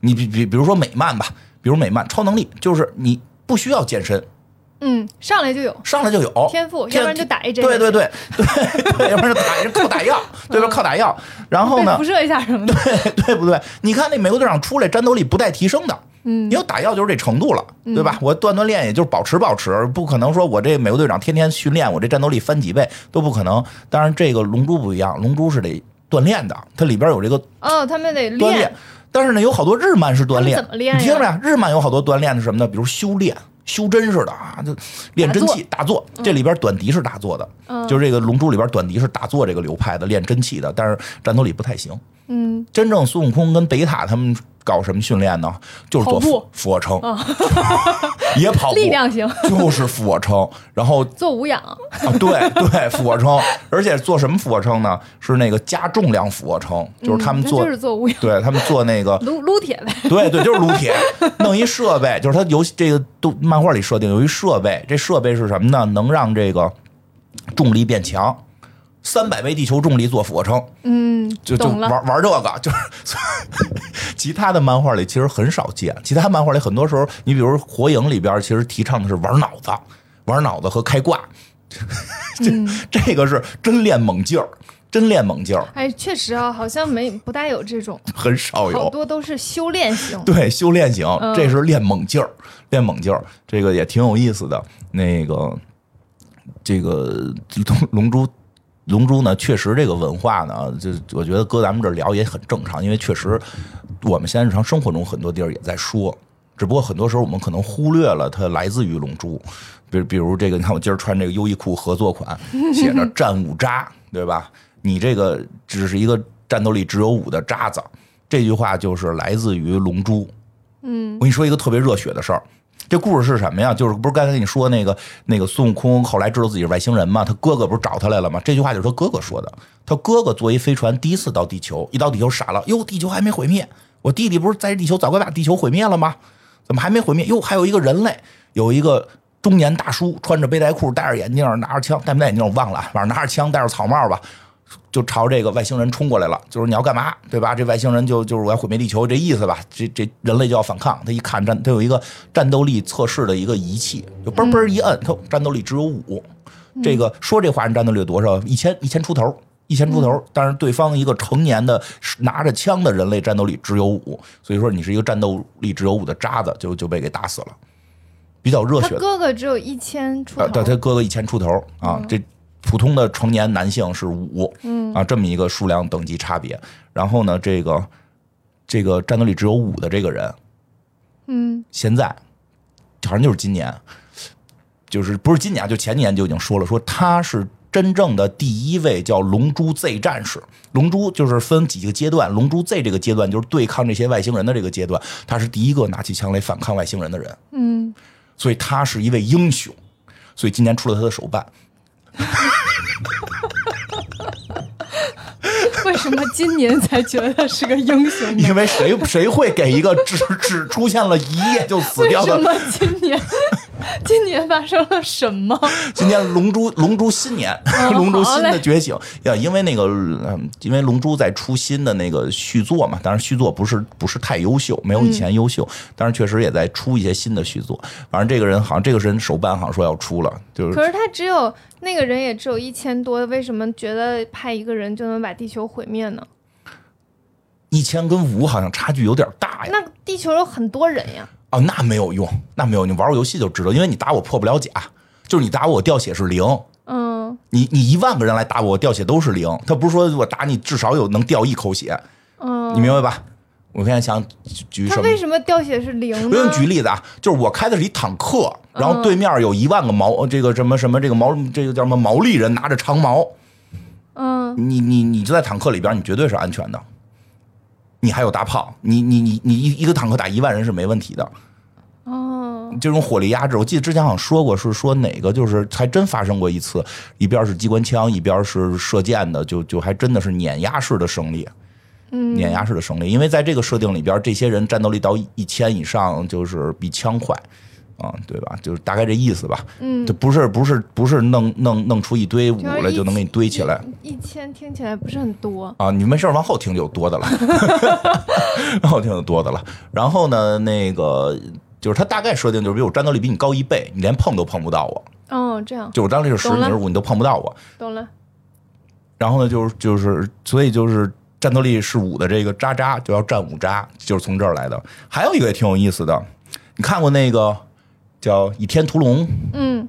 你比比比如说美漫吧，比如美漫超能力就是你不需要健身，
嗯，上来就有，
上来就有
天赋
天
要不然就嗯打一针
对对对对对，要不然就打一针靠打药，对吧？靠打药。然后
被
呢
辐，射一下什么的，
对 对不对？你看那美国队长出来战斗力不带提升的，嗯，你有打药就是这程度了，
嗯
对吧？我锻锻炼也就是保持保持，不可能说我这美国队长天天训练，我这战斗力翻几倍都不可能。当然，这个龙珠不一样，龙珠是得锻炼的，它里边有这个
哦，他们得
锻炼，但是呢，有好多日漫是锻炼，
他们怎么练呀
你听着呀，日漫有好多锻炼的是什么呢？比如修炼。修真似的啊，就练真气、打坐。这里边短笛是打坐的，
嗯
就是这个《龙珠》里边短笛是打坐这个流派的，练真气的，但是战斗力不太行。
嗯，
真正孙悟空跟贝塔他们搞什么训练呢？就是
跑
做
步嗯
俯俯卧撑， 也跑步，
力量型，
就是俯卧撑。然后
做无氧，
啊，对对，俯卧撑，而且做什么俯卧撑呢？是那个加重量俯卧撑，就是他们
嗯那
做，
就是做无氧，
对他们做那个
撸撸铁 呗，
对对，就是撸铁，弄一设备，就是它游戏这个都漫画里设定有一设备，这设备是什么呢？能让这个重力变强，三百倍地球重力做俯卧撑，
嗯，
就就
懂了
玩玩这个，就是 其他的漫画里其实很少见，其他漫画里很多时候，你比如《火影》里边，其实提倡的是玩脑子，玩脑子和开挂，这、
嗯
这个是真练猛劲儿，真练猛劲儿，
哎，确实啊，好像没不大有这种，
很少有，
好多都是修炼型，
哦对，修炼型，
嗯
这是练猛劲儿，练猛劲儿，这个也挺有意思的。那个，这个龙龙珠。龙珠呢，确实这个文化呢，就我觉得搁咱们这儿聊也很正常，因为确实我们现在日常生活中很多地儿也在说，只不过很多时候我们可能忽略了它来自于龙珠，比比如这个，你看我今儿穿这个优衣库合作款，写着“战五渣”，对吧？你这个只是一个战斗力只有五的渣子，这句话就是来自于《龙珠》。嗯，我跟你说一个特别热血的事儿。这故事是什么呀？就是不是刚才跟你说那个那个孙悟空后来知道自己是外星人嘛？他哥哥不是找他来了吗？这句话就是他哥哥说的。他哥哥坐一飞船第一次到地球，一到地球傻了，哟，地球还没毁灭，我弟弟不是在地球早该把地球毁灭了吗？怎么还没毁灭？哟，还有一个人类，有一个中年大叔，穿着背带裤，戴着眼镜，拿着枪，戴没戴眼镜我忘了，反正拿着枪，戴着草帽吧，就朝这个外星人冲过来了。就是你要干嘛，对吧？这外星人就就是我要毁灭地球这意思吧？这这人类就要反抗。他一看战，他有一个战斗力测试的一个仪器，就嘣嘣一摁，他战斗力只有五。这个说这华人战斗力有多少？一千一千出头。一千出头，但是对方一个成年的拿着枪的人类战斗力只有五，所以说你是一个战斗力只有五的渣子，就就被给打死了。比较热
他
血的，
哥哥只有一千出
呃，
头嗯
对，，他哥哥一千出头啊，这普通的成年男性是五，嗯啊，这么一个数量等级差别。然后呢，这个这个战斗力只有五的这个人，
嗯，
现在好像就是今年，就是不是今年啊，就前年就已经说了，说他是真正的第一位叫龙珠 Z 战士。龙珠就是分几个阶段，龙珠 Z 这个阶段就是对抗这些外星人的这个阶段，他是第一个拿起枪来反抗外星人的人。嗯，所以他是一位英雄，所以今年出了他的手办。
为什么今年才觉得他是个英雄呢？
因为谁谁会给一个 只只出现了一夜就 死
为
掉
什
的
么今年 今年发生了什么？
今年龙珠龙珠新
哦
年，龙珠新的觉醒呀，因为那个，嗯因为龙珠在出新的那个续作嘛，当然续作不是不是太优秀，没有以前优秀，
嗯
但是确实也在出一些新的续作。反正这个人好像这个人手办好像说要出了，就 是
可是他只有那个人也只有一千多，为什么觉得派一个人就能把地球毁灭呢？
一千跟五好像差距有点哎大呀。
那地球有很多人呀，
啊，那没有用，那没有用，你玩过游戏就知道，因为你打我破不了甲，就是你打我我掉血是零，
嗯
你你一万个人来打我，我掉血都是零。他不是说我打你至少有能掉一口血，
嗯，
你明白吧？我现在想举举
他
什么？
为什么掉血是零呢？
不用举例子啊，就是我开的是一坦克，然
嗯
后对面有一万个毛，这个什么什么，这个毛，这个叫什么毛利人拿着长矛，
嗯，
你你你就在坦克里边，你绝对是安全的。你还有大炮，你你你你一一个坦克打一万人是没问题的，
哦，
这种火力压制，我记得之前好像说过，是说哪个就是还真发生过一次，一边是机关枪，一边是射箭的，就就还真的是碾压式的胜利，嗯，碾压式的胜利，因为在这个设定里边，这些人战斗力到一千以上，就是比枪快。啊、对吧？就是大概这意思吧。嗯，这不是不是不是弄弄弄出一堆五来就能给你堆起来。
一，一千听起来不是很多。
啊，你没事儿往后听就有多 的了，往后听就多的了。然后呢，那个就是他大概设定就是，比如我战斗力比你高一倍，你连碰都碰不到我，
哦，这样
就我战斗力是十，
懂
你
了
是五，你都碰不到我。
懂了。
然后呢，就是就是，所以就是战斗力是五的这个渣渣就要占五渣，就是从这儿来的。还有一个也挺有意思的，你看过那个叫《倚天屠龙》？
嗯，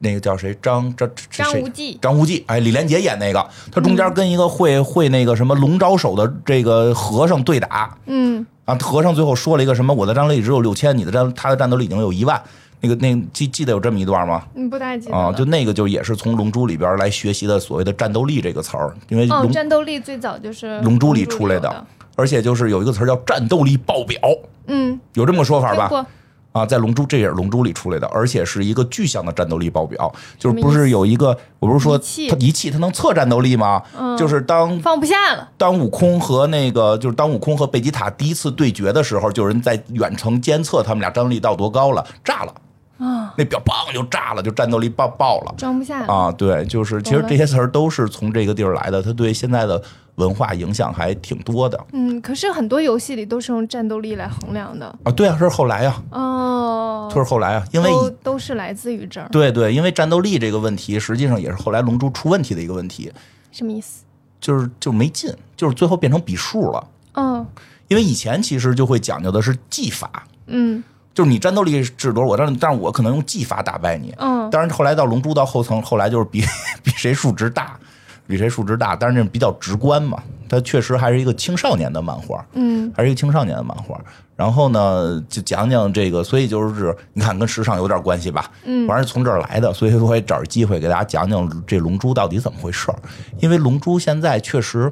那个叫谁？张张
张
谁
无忌
张无忌，哎，李连杰演那个，他中间跟一个会、会那个什么龙招手的这个和尚对打，
嗯，
啊，和尚最后说了一个什么，我的战斗力只有六千，你的战他的战斗力已经有一万，那个那个记记得有这么一段吗？
你不太记得
啊，
了
就那个就也是从《龙珠》里边来学习的所谓的战斗力这个词儿，因为
哦，
龙、
战斗力最早就是
龙珠里
里
出来
有
的，而且就是有一个词儿叫战斗力爆表，
嗯，
有这么个说法
听
吧？
过，
啊，在《龙珠》这也是《龙珠》里出来的，而且是一个具象的战斗力爆表，就是
什么
不是有一个，我不是说
仪器嗯
它仪器它能测战斗力吗？就是当
放不下了。
当悟空和那个就是当悟空和贝吉塔第一次对决的时候，就有人在远程监测他们俩战斗力到多高了，炸了啊，那表砰就炸了，就战斗力爆爆了。
装不下了。
啊，对，就是
嗯
其
懂
实
了
这些词儿都是从这个地儿来的，它对现在的文化影响还挺多的
嗯，可是很多游戏里都是用战斗力来衡量的。
啊。对啊，这是后来啊，
哦，
这是后来啊，因为
都
以
都是来自于这儿，
对对，因为战斗力这个问题，实际上也是后来《龙珠》出问题的一个问题，
什么意思？
就是就没进，就是最后变成比数了。
嗯
因为以前其实就会讲究的是技法，
嗯
就是你战斗力是多少，我但但是我可能用技法打败你。
嗯，
当然后来到龙珠到后层，后来就是比 比谁数值大，比谁数值大，但是这种比较直观嘛，它确实还是一个青少年的漫画，
嗯，
还是一个青少年的漫画。然后呢，就讲讲这个，所以就是你看跟时尚有点关系吧，嗯，反正从这儿来的，所以我也找着机会给大家讲讲这龙珠到底怎么回事儿，因为龙珠现在确实。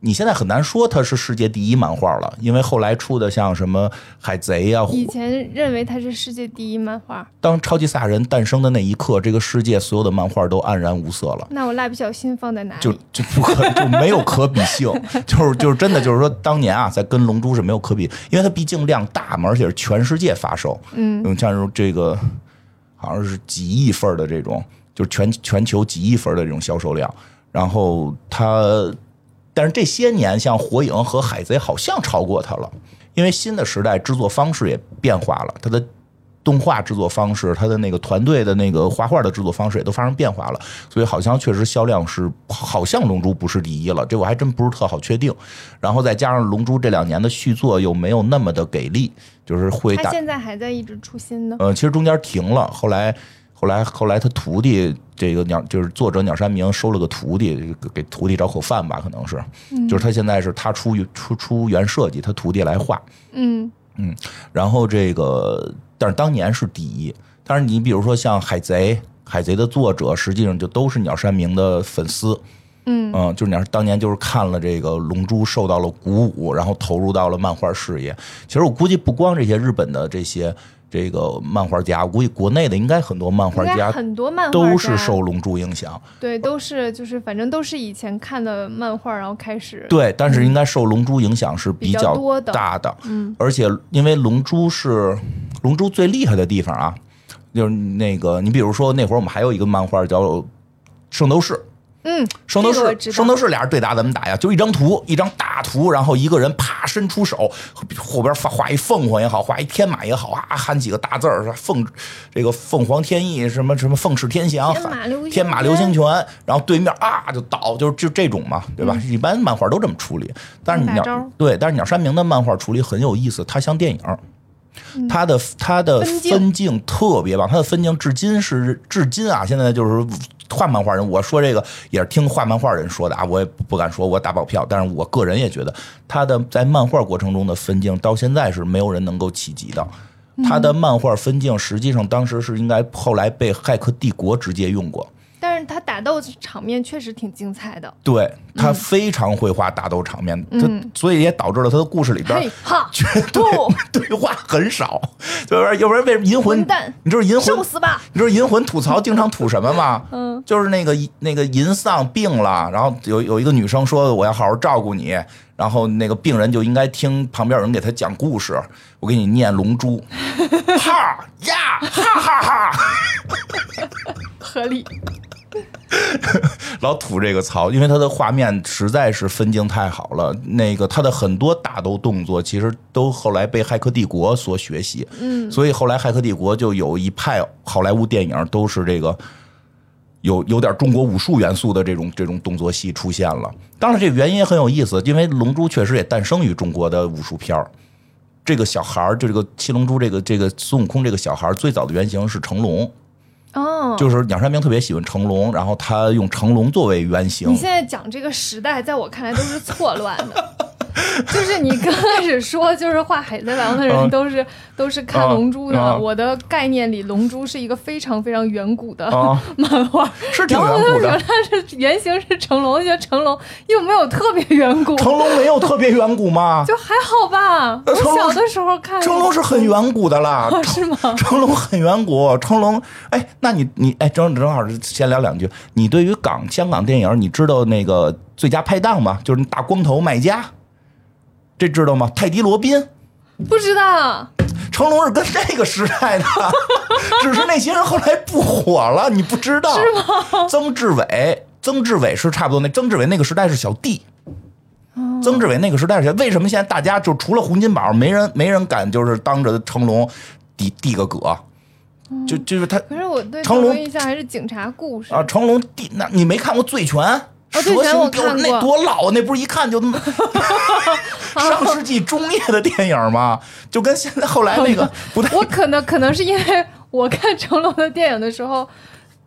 你现在很难说它是世界第一漫画了，因为后来出的像什么《海贼》啊，
以前认为它是世界第一漫画，
当超级赛亚人诞生的那一刻，这个世界所有的漫画都黯然无色了。
那我蜡笔小新放在哪里？
就就不可就没有可比性， 就是就是真的就是说，当年啊，在跟《龙珠》是没有可比，因为它毕竟量大嘛，而且是全世界发售，
嗯，
像是这个好像是几亿份儿的这种，就是全全球几亿份儿的这种销售量，然后它，但是这些年像《火影》和《海贼》好像超过它了，因为新的时代制作方式也变化了，它的动画制作方式，它的那个团队的那个画画的制作方式也都发生变化了，所以好像确实销量是好像《龙珠》不是第一了，这我还真不是特好确定。然后再加上《龙珠》这两年的续作又没有那么的给力，就是会
它
打
现在还在一直出新的。
呃，其实中间停了，后来后来后来他徒弟这个鸟就是作者鸟山明收了个徒弟，给给徒弟找口饭吧，可能是，就是他现在是他出出出原设计，他徒弟来画，
嗯，
然后这个但是当年是第一，但是你比如说像海贼。海贼的作者实际上就都是鸟山明的粉丝，
嗯
嗯，就是鸟当年就是看了这个《龙珠》，受到了鼓舞，然后投入到了漫画事业。其实我估计不光这些日本的这些这个漫画家，我估计国内的应该很多漫画
应该
家
很多漫画
都
家
是受《龙珠》影响。
对，都是就是反正都是以前看的漫画，然后开始
对，但是应该受《龙珠》影响是比
嗯比较
较
多的
大的，
嗯，
而且因为《龙珠》是《龙珠》最厉害的地方啊，就是那个你比如说那会儿我们还有一个漫画叫《圣斗士》，
嗯，
圣斗
这个我
士，
知道
圣斗士俩人对打怎么打呀？就一张图，一张大图，然后一个人啪伸出手，后边画画一凤凰也好，画一天马也好啊，喊几个大字儿，说凤这个凤凰天翼什么什么凤翅天翔，
天马流星拳
天马流星拳，然后对面啊就倒，就就这种嘛，对吧？一般漫画都这么处理，但是
用大
鸟
招
对，但是鸟山明的漫画处理很有意思，它像电影。它的它的
嗯分镜
分镜特别棒，它的分镜至今是至今啊，现在就是画漫画人，我说这个也是听画漫画人说的啊，我也不敢说我打保票，但是我个人也觉得他的在漫画过程中的分镜到现在是没有人能够企及的。
嗯
他的漫画分镜实际上当时是应该后来被《骇客帝国》直接用过，
但是他打斗场面确实挺精彩的。
对他非常会画打斗场面，他所以也导致了他的故事里边
嗯嘿哈，
绝对
不
对话很少，对吧？要不然为什么银魂
混蛋？
你知道银魂
受死吧！
你知道银魂吐槽经常吐什么 吗？嗯，就是那个那个银丧病了，然后有有一个女生说我要好好照顾你，然后那个病人就应该听旁边有人给他讲故事，我给你念《龙珠》，哈呀哈哈哈，
合理。
老吐这个槽，因为他的画面实在是分镜太好了，那个他的很多打斗动作其实都后来被《骇客帝国》所学习，
嗯，
所以后来《骇客帝国》就有一派好莱坞电影都是这个有有点中国武术元素的这种这种动作戏出现了。当然，这个原因也很有意思，因为《龙珠》确实也诞生于中国的武术片儿。这个小孩儿，就这个七龙珠，这个这个孙悟空这个小孩儿，最早的原型是成龙，
哦，
就是鸟山明特别喜欢成龙，然后他用成龙作为原型
你。现在讲这个时代，在我看来都是错乱的。 就是你刚开始说，就是画《海贼王》的
嗯
人都 是、都是看
啊
《龙珠》
啊
的。我的概念里，《龙珠》是一个非常非常远古的
啊，
漫画，
是挺
然后
远
他
古
说
的。
他是原型是成龙，我觉得成龙又没有特别远古，
成龙没有特别远古吗？
就还好吧。我
呃成龙
小
是
的时候看
成龙是很远古的啦，
啊， 是吗？
成龙很远古，成龙，哎，那你你哎，正正好是先聊两句。你对于港香港电影，你知道那个最佳拍档吗？就是那大光头卖家，这知道吗？泰迪罗宾，
不知道，
成龙是跟那个时代的，只是那些人后来不火了，你不知道是吗？曾志伟，曾志伟是差不多那曾志伟那个时代是小弟。
哦
曾志伟那个时代是小，为什么现在大家就除了洪金宝，没人没人敢就是当着成龙递递个葛，
嗯
就就是他
可是我对
成
成龙
龙
印象还是警察故事
啊，成龙第那你没看过《醉拳》？
哦醉
蛇
拳我
形镖
看
那
过
多老，啊那不是一看就那 么上世纪中叶的电影吗？就跟现在后来 那
哦
个不太
我可能可能是因为我看成龙的电影的时候，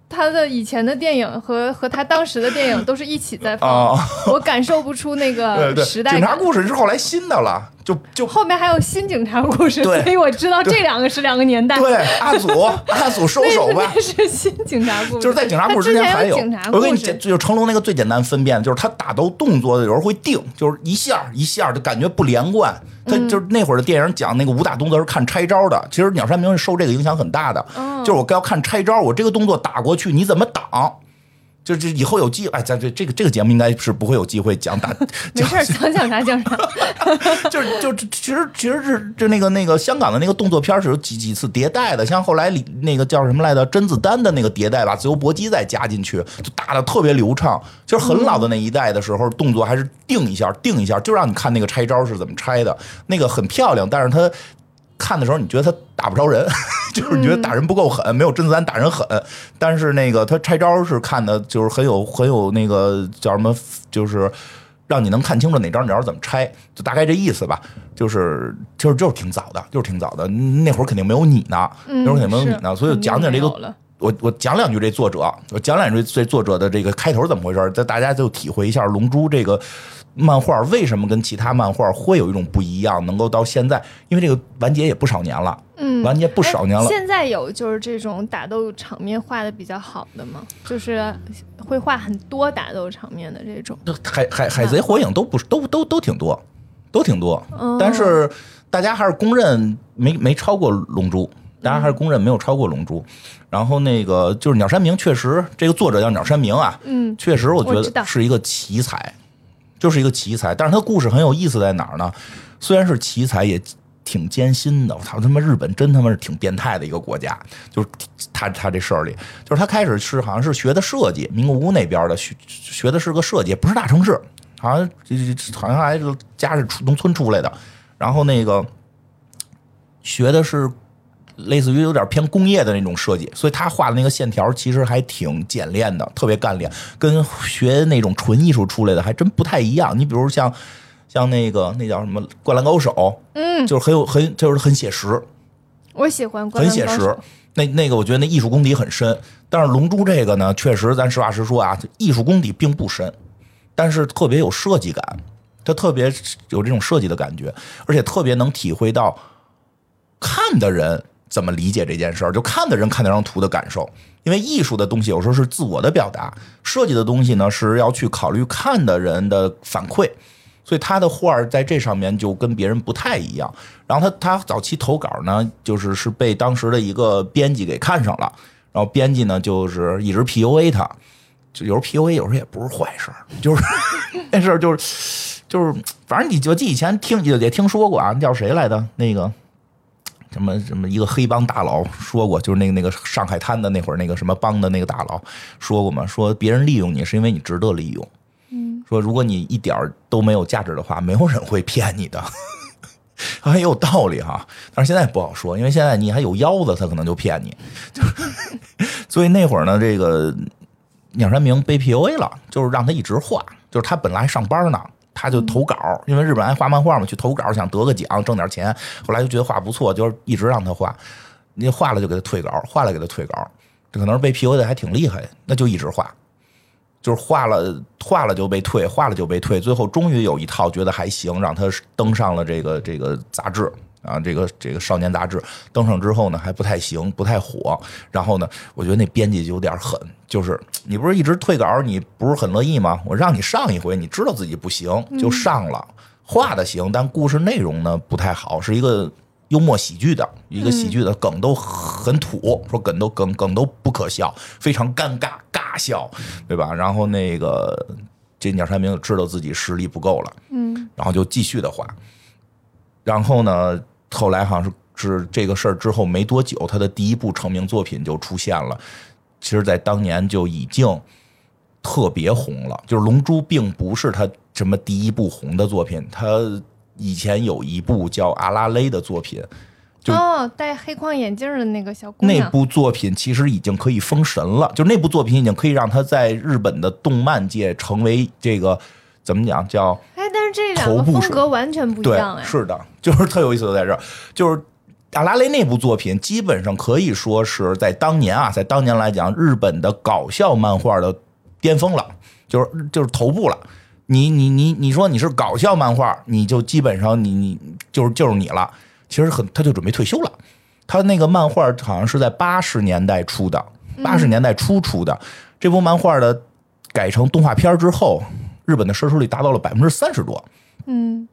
他的以前的电影和和他当时的电影都是一起在放，
啊，
我感受不出那
对
个
对，
呃时代
警
感
察。故事是后来新的了，就 就
后面还有新警察故事，
对
所以我知道这两个是两个年代。
对 阿祖阿祖收
那是，
手吧
那。是新警察故事，
就是在警察故事之
它
前
之
还
前有
有
警察，
我跟
故
你
事
讲，就是成龙那个最简单分辨，就是他打斗动作的有时候会定，就是一下一下就感觉不连贯。他
嗯
就是那会儿的电影讲那个武打动作是看拆招的，其实鸟山明是受这个影响很大的，
哦
就是我要看拆招，我这个动作打过去你怎么挡？就这以后有机，哎，咱这这个这个节目应该是不会有机会讲打
没事儿，想讲啥讲啥。
就是就就其实其实是就那个那个香港的那个动作片儿是有几几次迭代的，像后来李那个叫什么来着，甄子丹的那个迭代把自由搏击再加进去，就打的特别流畅。就是很老的那一代的时候，动作还是定一下定一下，就让你看那个拆招是怎么拆的，那个很漂亮，但是他。看的时候，你觉得他打不着人， 就是你觉得打人不够
嗯
狠，没有甄子丹打人狠。但是那个他拆招是看的，就是很有很有那个叫什么，就是让你能看清楚哪招哪招怎么拆，就大概这意思吧。
嗯
就是就是就是挺早的，就是挺早的，那会儿肯定没有你呢，
嗯
那会儿肯定没有
是嗯
你啊呢，所以我讲讲这
没
个
有了
我我讲两句这作者，啊我讲两句这作者的这个开头是怎么回事儿，这大家就体会一下《龙珠》这个漫画为什么跟其他漫画会有一种不一样，能够到现在，因为这个完结也不少年了，
嗯，
完结不少年了
哎。现在有就是这种打斗场面画的比较好的吗？就是会画很多打斗场面的这种。
这海海海贼、火影都不是都都都挺多，都挺多
哦，
但是大家还是公认没没超过龙珠，大家
嗯
还是公认没有超过龙珠。然后那个就是鸟山明，确实这个作者叫鸟山明啊，
嗯，
确实，我觉
我知道
得是一个奇才，就是一个奇才。但是他故事很有意思在哪儿呢？虽然是奇才，也挺艰辛的。我操，他妈日本真他妈是挺变态的一个国家。就是他他这事儿里，就是他开始是好像是学的设计，名古屋那边的学学的是个设计，不是大城市，好像这这好像还是家是出农村出来的。然后那个学的是类似于有点偏工业的那种设计，所以他画的那个线条其实还挺简练的，特别干练，跟学那种纯艺术出来的还真不太一样。你比如像像那个那叫什么《灌篮高手》，
嗯，
就是很有很就是很写实，
我喜欢《灌
很
篮
写
高手
实》。那那个我觉得那艺术功底很深，但是《龙珠》这个呢，确实咱实话实说啊，艺术功底并不深，但是特别有设计感，它特别有这种设计的感觉，而且特别能体会到看的人怎么理解这件事儿，就看的人看那张图的感受。因为艺术的东西有时候是自我的表达，设计的东西呢是要去考虑看的人的反馈，所以他的画儿在这上面就跟别人不太一样。然后他他早期投稿呢，就是是被当时的一个编辑给看上了，然后编辑呢就是一直 PUA 他，就有时候 PUA 有时候也不是坏事儿，就是 那事儿就是就是，反正你就记以前听也也听说过啊，叫谁来的那个什么什么一个黑帮大佬说过，就是那个那个上海滩的那会儿那个什么帮的那个大佬说过嘛，说别人利用你是因为你值得利用，嗯，说如果你一点儿都没有价值的话，没有人会骗你的。 很有道理哈、但是现在不好说，因为现在你还有腰子，他可能就骗你。就是 所以那会儿呢，这个鸟山明被 PUA 了，就是让他一直画，就是他本来上班呢，他就投稿，因为日本爱画漫画嘛，去投稿想得个奖挣点钱，后来就觉得画不错，就是一直让他画，你画了就给他退稿，画了给他退稿，这可能是被 PUA 的还挺厉害，那就一直画。就是画了画了就被退，画了就被退，最后终于有一套觉得还行，让他登上了这个这个杂志啊，这个这个少年杂志。登上之后呢，还不太行，不太火。然后呢，我觉得那编辑就有点狠，就是你不是一直退稿，你不是很乐意吗？我让你上一回，你知道自己不行就上了，画的行，但故事内容呢不太好，是一个幽默喜剧的一个喜剧的梗都很土，说梗都梗梗都不可笑，非常尴尬尬笑，对吧？然后那个这鸟山明知道自己实力不够了，
嗯，
然后就继续的画。然后呢，后来好像是是这个事儿之后没多久，他的第一部成名作品就出现了。其实，在当年就已经特别红了。就是《龙珠》并不是他什么第一部红的作品，他以前有一部叫《阿拉蕾》的作品，就
哦，戴黑框眼镜的那个小姑
那
娘，
部作品其实已经可以封神了，就那部作品已经可以让他在日本的动漫界成为这个怎么讲叫
哎，但是这两个
头部
风
是
格完全不一
对
样，哎，
是的，就是特有意思的在这儿，就是阿拉蕾那部作品基本上可以说是在当年啊，在当年来讲，日本的搞笑漫画的巅峰了，就是就是头部了。你你你你说你是搞笑漫画，你就基本上你你就是就是你了。其实很，他就准备退休了。他那个漫画好像是在八十年代出的，八
嗯
十年代初出的。这部漫画的改成动画片之后，日本的收视率达到了百分之三十多。
嗯，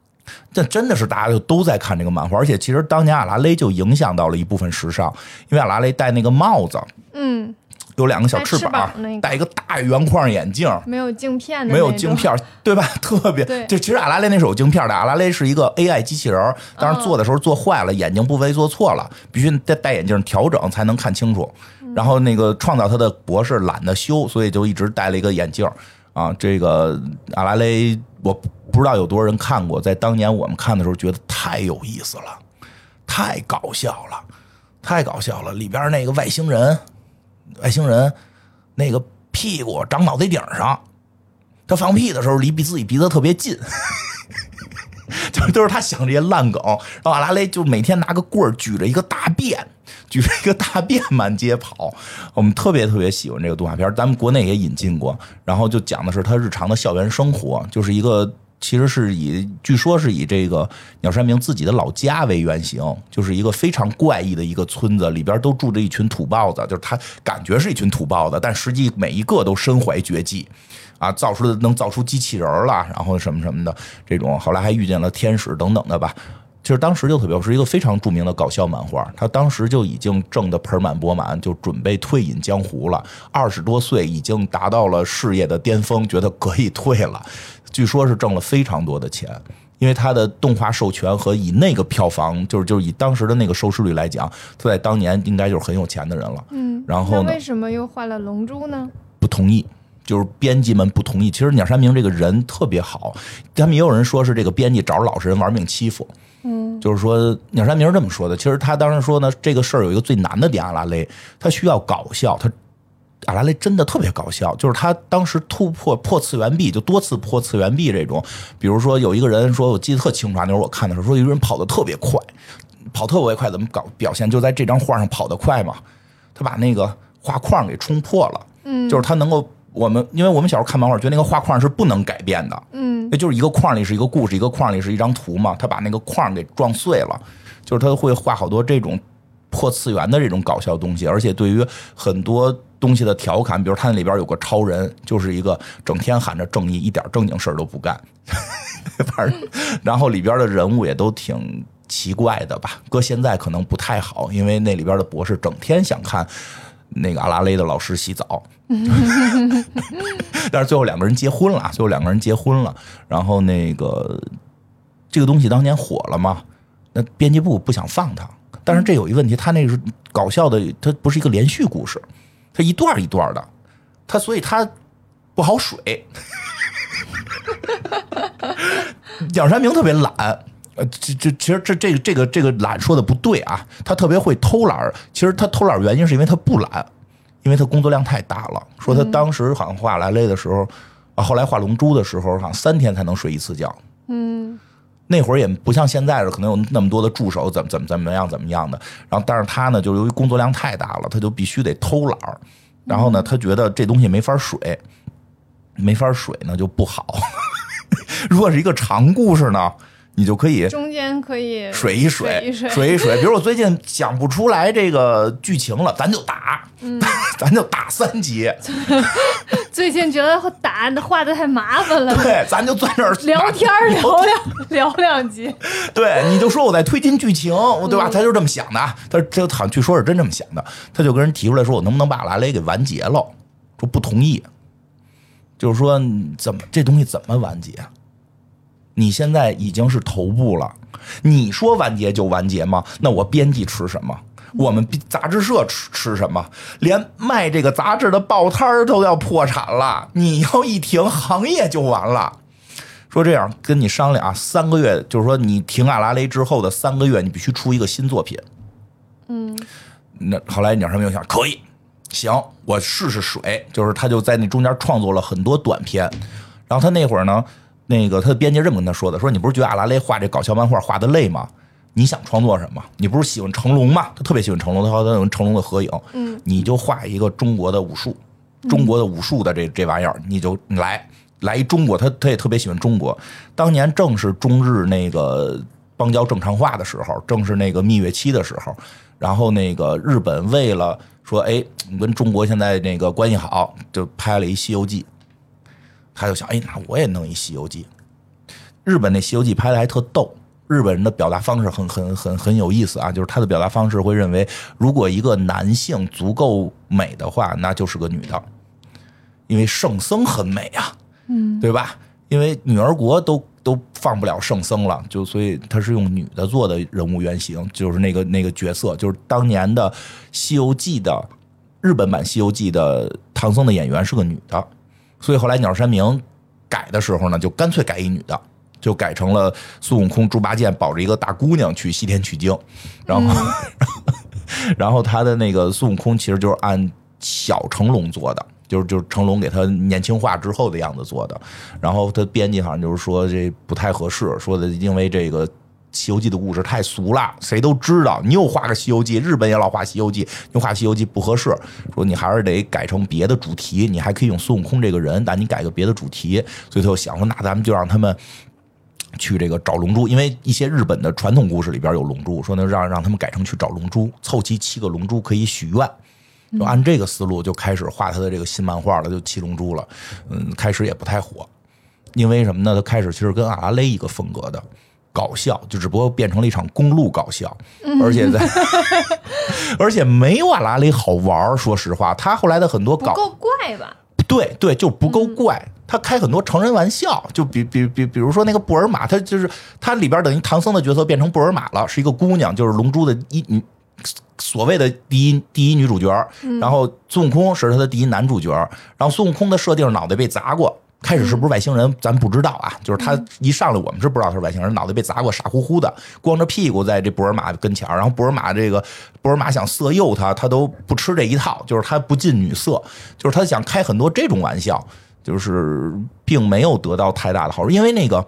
这真的是大家就都在看这个漫画，而且其实当年阿拉蕾就影响到了一部分时尚，因为阿拉蕾戴那个帽子，
嗯，
有两个小
戴
翅
翅
膀，
膀那个
戴一个大圆框眼镜，
没有镜片的，
没有镜，片儿，对吧？ 特别
对
就其实阿拉蕾那是有镜片的，阿拉蕾是一个 AI 机器人儿，当
嗯
时做的时候做坏了，眼睛部位做错了，必须戴戴眼镜调整才能看清楚。
嗯
然后那个创造他的博士懒得修，所以就一直戴了一个眼镜儿啊。这个阿拉蕾我不知道有多少人看过，在当年我们看的时候觉得太有意思了，太搞笑了，太搞笑了。里边那个外星人，外星人那个屁股长脑袋顶上。他放屁的时候离鼻自己鼻子特别近，就都是他想这些烂梗。然后阿拉蕾就每天拿个棍儿举着一个大便，举着一个大便满街跑。我们特别特别喜欢这个动画片儿，咱们国内也引进过。然后就讲的是他日常的校园生活，就是一个。其实是以，据说是以这个鸟山明自己的老家为原型，就是一个非常怪异的一个村子，里边都住着一群土豹子，就是他感觉是一群土豹子，但实际每一个都身怀绝技，啊，造出的能造出机器人儿了，然后什么什么的这种，后来还遇见了天使等等的吧。其实当时就特别是一个非常著名的搞笑漫画，他当时就已经挣得盆满钵满，就准备退隐江湖了。二十多岁已经达到了事业的巅峰，觉得可以退了。据说是挣了非常多的钱，因为他的动画授权和以那个票房，就是就是以当时的那个收视率来讲，他在当年应该就是很有钱的人了。
嗯，
然
那
后呢
为，什么又画了龙珠呢？
不同意，就是编辑们不同意。其实鸟山明这个人特别好，他们也有人说是这个编辑找着老实人玩命欺负。
嗯，
就是说鸟山明是这么说的。其实他当时说呢，这个事儿有一个最难的点，阿拉蕾他需要搞笑，他阿拉蕾真的特别搞笑，就是他当时突破破次元壁，就多次破次元壁这种。比如说有一个人说，我记得特清楚啊，那时候我看的时候，说有一个人跑得特别快，跑特别快怎么搞表现？就在这张画上跑得快嘛，他把那个画框给冲破了，
嗯
就是他能够。我们因为我们小时候看漫画，觉得那个画框是不能改变的，
嗯
那就是一个框里是一个故事，一个框里是一张图嘛。他把那个框给撞碎了，就是他会画好多这种破次元的这种搞笑东西，而且对于很多东西的调侃，比如他那里边有个超人，就是一个整天喊着正义，一点正经事儿都不干，反正然后里边的人物也都挺。奇怪的吧，搁现在可能不太好，因为那里边的博士整天想看那个阿拉蕾的老师洗澡， 但是最后两个人结婚了啊，最后两个人结婚了，然后那个这个东西当年火了嘛，那编辑部不想放他，但是这有一问题，他那个是搞笑的，它不是一个连续故事，它一段儿一段儿的，它所以它不好水。鸟山明特别懒，呃，这这其实这这个这个这个懒说的不对啊，他特别会偷懒儿。其实他偷懒儿原因是因为他不懒，因为他工作量太大了。说他当时好像画莱雷的时候，啊，后来画龙珠的时候，好像三天才能睡一次觉。
嗯
那会儿也不像现在似的，可能有那么多的助手，怎么怎么怎么样怎么样的。然后，但是他呢，就由于工作量太大了，他就必须得偷懒儿。然后呢，他觉得这东西没法水，没法水呢就不好。 如果是一个长故事呢，你就可以
中间可以
水一
水
水，
一水
一水。比如我最近想不出来这个剧情了，咱就打， 咱就打三集，
最近觉得打画的太麻烦 了，
对，咱就在这儿
聊
打
天儿聊两聊两 集，
对，你就说我在推进剧情，我对吧？他就这么想的，啊他这好像据说是真这么想的，他就跟人提出来说，我能不能把拉蕾给完结了？说不同意，就是说你怎么这东西怎么完结？你现在已经是头部了，你说完结就完结吗？那我编辑吃什么？我们编杂志社吃吃什么？连卖这个杂志的报摊儿都要破产了，你要一停，行业就完了。说这样跟你商量啊，三个月，就是说你停阿拉蕾之后的三个月，你必须出一个新作品。
嗯
那后来鸟山明想，可以，行，我试试水，就是他就在那中间创作了很多短片。然后他那会儿呢，那个他的编辑这么跟他说的，说你不是觉得阿拉蕾画这搞笑漫画画的累吗？你想创作什么？你不是喜欢成龙吗？他特别喜欢成龙，他好像有成龙的合影。
嗯，
你就画一个中国的武术，中国的武术的这这玩意儿，你就你来。来中国，他他也特别喜欢中国。当年正是中日那个邦交正常化的时候，正是那个蜜月期的时候。然后那个日本为了说，哎，你跟中国现在那个关系好，就拍了一《西游记》。他就想，哎，那我也弄一《西游记》。日本那《西游记》拍的还特逗，日本人的表达方式很很很很有意思啊，就是他的表达方式会认为，如果一个男性足够美的话，那就是个女的，因为圣僧很美啊，嗯，对吧？因为女儿国都都放不了圣僧了，就所以他是用女的做的人物原型，就是那个那个角色，就是当年的《西游记》的日本版《西游记》的唐僧的演员是个女的，所以后来鸟山明改的时候呢，就干脆改一女的。就改成了孙悟空、猪八戒抱着一个大姑娘去西天取经，然后，然后他的那个孙悟空其实就是按小成龙做的，就是就是成龙给他年轻化之后的样子做的。然后他编辑好像就是说这不太合适，说的因为这个《西游记》的故事太俗了，谁都知道，你又画个《西游记》，日本也老画《西游记》，你画《西游记》不合适，说你还是得改成别的主题，你还可以用孙悟空这个人，但你改个别的主题。所以他就想说，那咱们就让他们。去这个找龙珠，因为一些日本的传统故事里边有龙珠，说呢让让他们改成去找龙珠，凑齐七个龙珠可以许愿，就按这个思路就开始画他的这个新漫画了，就七龙珠了。嗯，开始也不太火，因为什么呢？他开始其实跟阿拉蕾一个风格的搞笑，就只不过变成了一场公路搞笑，
嗯
而且在 而且没有阿拉蕾好玩儿。说实话，他后来的很多
不
搞
够怪吧？
对对，就不够怪。他开很多成人玩笑，就比比比，比如说那个布尔玛，他就是他里边等于唐僧的角色变成布尔玛了，是一个姑娘，就是龙珠的一女，所谓的第一第一女主角。然后孙悟空是他的第一男主角。然后孙悟空的设定是脑袋被砸过，开始是不是外星人咱不知道啊，就是他一上来我们是不知道他是外星人，脑袋被砸过，傻乎乎的，光着屁股在这布尔玛跟前儿然后布尔玛这个布尔玛想色诱他，他都不吃这一套，就是他不近女色，就是他想开很多这种玩笑，就是并没有得到太大的好处，因为那个。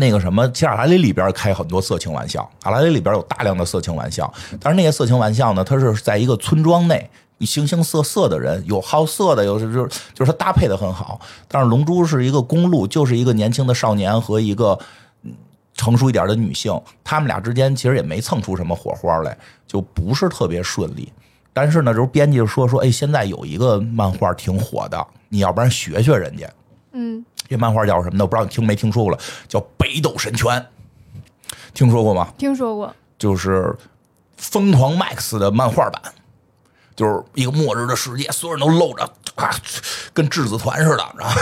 那个什么，其实阿拉蕾里边开很多色情玩笑，阿拉蕾里边有大量的色情玩笑，但是那些色情玩笑呢，它是在一个村庄内，形形色色的人，有好色的，有是就是就是它搭配的很好。但是《龙珠》是一个公路，就是一个年轻的少年和一个嗯成熟一点的女性，他们俩之间其实也没蹭出什么火花来，就不是特别顺利。但是呢，就是编辑就说说，哎，现在有一个漫画挺火的，你要不然学学人家。
嗯，
这漫画叫什么呢？我不知道你听没听说过了，叫《北斗神拳》，听说过吗？
听说过。
就是《疯狂 Max》的漫画版，就是一个末日的世界，所有人都露着，啊，跟质子团似的，然后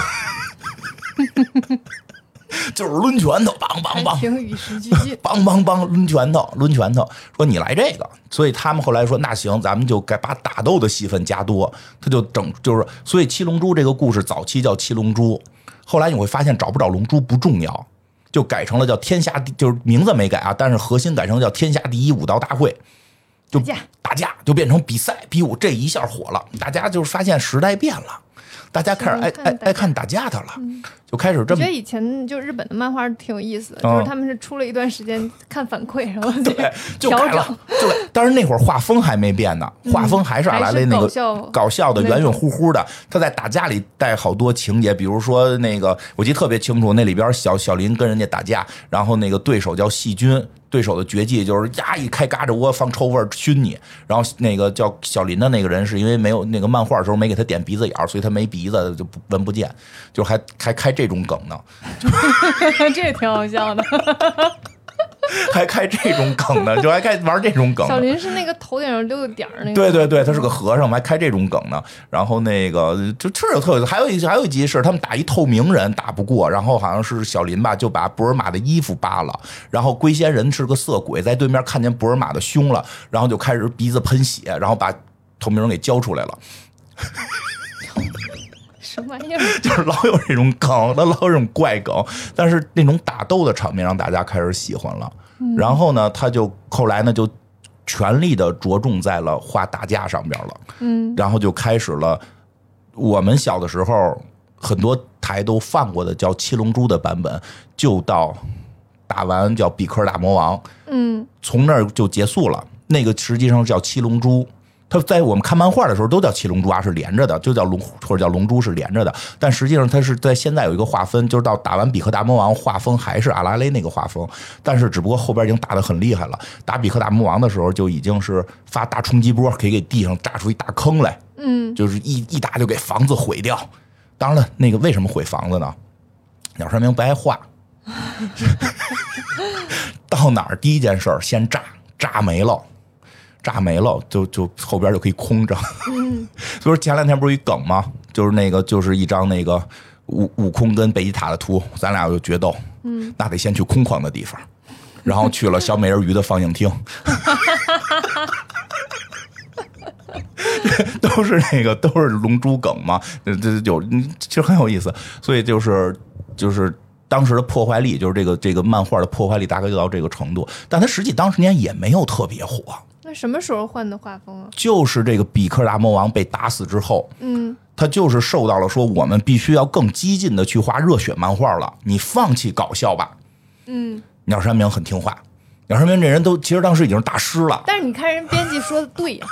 就是抡拳头，梆梆梆，。
哎挺与时俱进
梆梆梆抡拳头，抡拳头，说你来这个，所以他们后来说那行，咱们就该把打斗的戏份加多，他就整就是，所以七龙珠这个故事早期叫七龙珠，后来你会发现找不找龙珠不重要，就改成了叫天下第，就是名字没改啊，但是核心改成叫天下第一武道大会，就
打架
打架就变成比赛比武，这一下火了，大家就是发现时代变了，大家开始爱
喜欢看
爱
打架嗯
爱看打架的了，就开始
我
这
觉
么
得以前就日本的漫画挺有意思的，
嗯
就是他们是出了一段时间看反馈，然后对
对， 就
调
改了
整。，嗯
对。但是那会儿画风还没变呢，画风还是阿拉蕾那
还是
个
搞笑
搞笑的、
那
圆
种
圆乎乎的。他在打架里带好多情节，比如说那个，我记得特别清楚，那里边小小林跟人家打架，然后那个对手叫细菌，对手的绝技就是呀一开嘎吱窝放臭味儿熏你，然后那个叫小林的那个人是因为没有那个漫画的时候没给他点鼻子眼儿，所以他没鼻子就不闻不见，就还还开这种梗呢。
这也挺好笑的。
还开这种梗呢，就还开玩这种梗呢。
小林是那个头顶上溜的点儿那个，
对对对，他是个和尚，还开这种梗呢。然后那个就这有特有，还有一还有一集是他们打一透明人打不过，然后好像是小林吧就把博尔玛的衣服扒了，然后龟仙人是个色鬼，在对面看见博尔玛的胸了，然后就开始鼻子喷血，然后把透明人给交出来了。
什么玩意儿？
就是老有这种梗，他老有这种怪梗，但是那种打斗的场面让大家开始喜欢了。
嗯
然后呢，他就后来呢就全力的着重在了画打架上边了。
嗯，
然后就开始了我们小的时候很多台都放过的叫《七龙珠》的版本，就到打完叫比克大魔王，
嗯，
从那儿就结束了。那个实际上叫《七龙珠》，它在我们看漫画的时候都叫七龙珠啊，是连着的，就叫龙或者叫龙珠是连着的。但实际上它是在现在有一个划分，就是到打完比克大魔王，画风还是阿拉蕾那个画风，但是只不过后边已经打得很厉害了。打比克大魔王的时候就已经是发大冲击波，可以给地上炸出一大坑来，嗯，就是一一打就给房子毁掉。当然了，那个为什么毁房子呢？鸟山明不爱画，到哪儿第一件事儿先炸，炸没了。炸没了，就就后边就可以空着。所以说前两 天不是一梗吗？就是那个就是一张那个悟悟空跟贝吉塔的图，咱俩就决斗，嗯，那得先去空旷的地方，然后去了小美人鱼的放映厅。 都是那个都是龙珠梗嘛，这这有嗯其实很有意思，所以就是就是当时的破坏力，就是这个这个漫画的破坏力大概就到这个程度，但它实际当时年也没有特别火，
那什么时候换的画风啊？
就是这个比克大魔王被打死之后，
嗯，
他就是受到了说我们必须要更激进的去画热血漫画了，你放弃搞笑吧。
嗯，
鸟山明很听话，鸟山明这人都其实当时已经是大师了，
但是你看人编辑说的对呀、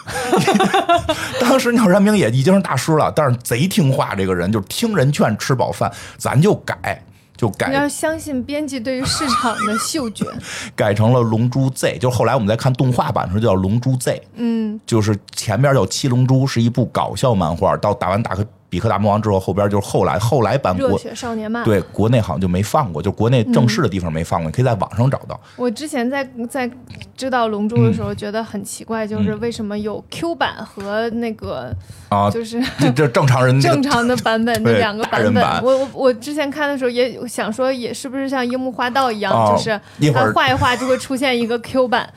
当时鸟山明也已经是大师了，但是贼听话，这个人就是听人劝吃饱饭，咱就改。就改
你要相信编辑对于市场的嗅 觉。
啊改成了《龙珠 Z》，就是后来我们在看动画版的时候叫《龙珠 Z》，
嗯，
就是前边有《七龙珠》是一部搞笑漫画，到打完打克比克大魔王之后，后边就是后来后来版
热
国
血少年漫。
对，国内好像就没放过，就国内正式的地方没
嗯
放过，你可以在网上找到。
我之前在在知道《龙珠》的时候，觉得很奇怪，就是为什么有 Q 版和那个
嗯啊
就是
这这正常人、那个
正常的版本，那
对
两个
大人
本
版。
我我我之前看的时候也想说，也是不是像樱木花道一样，
哦
就是
一会
他
儿
画一画就会出现一个 Q 版，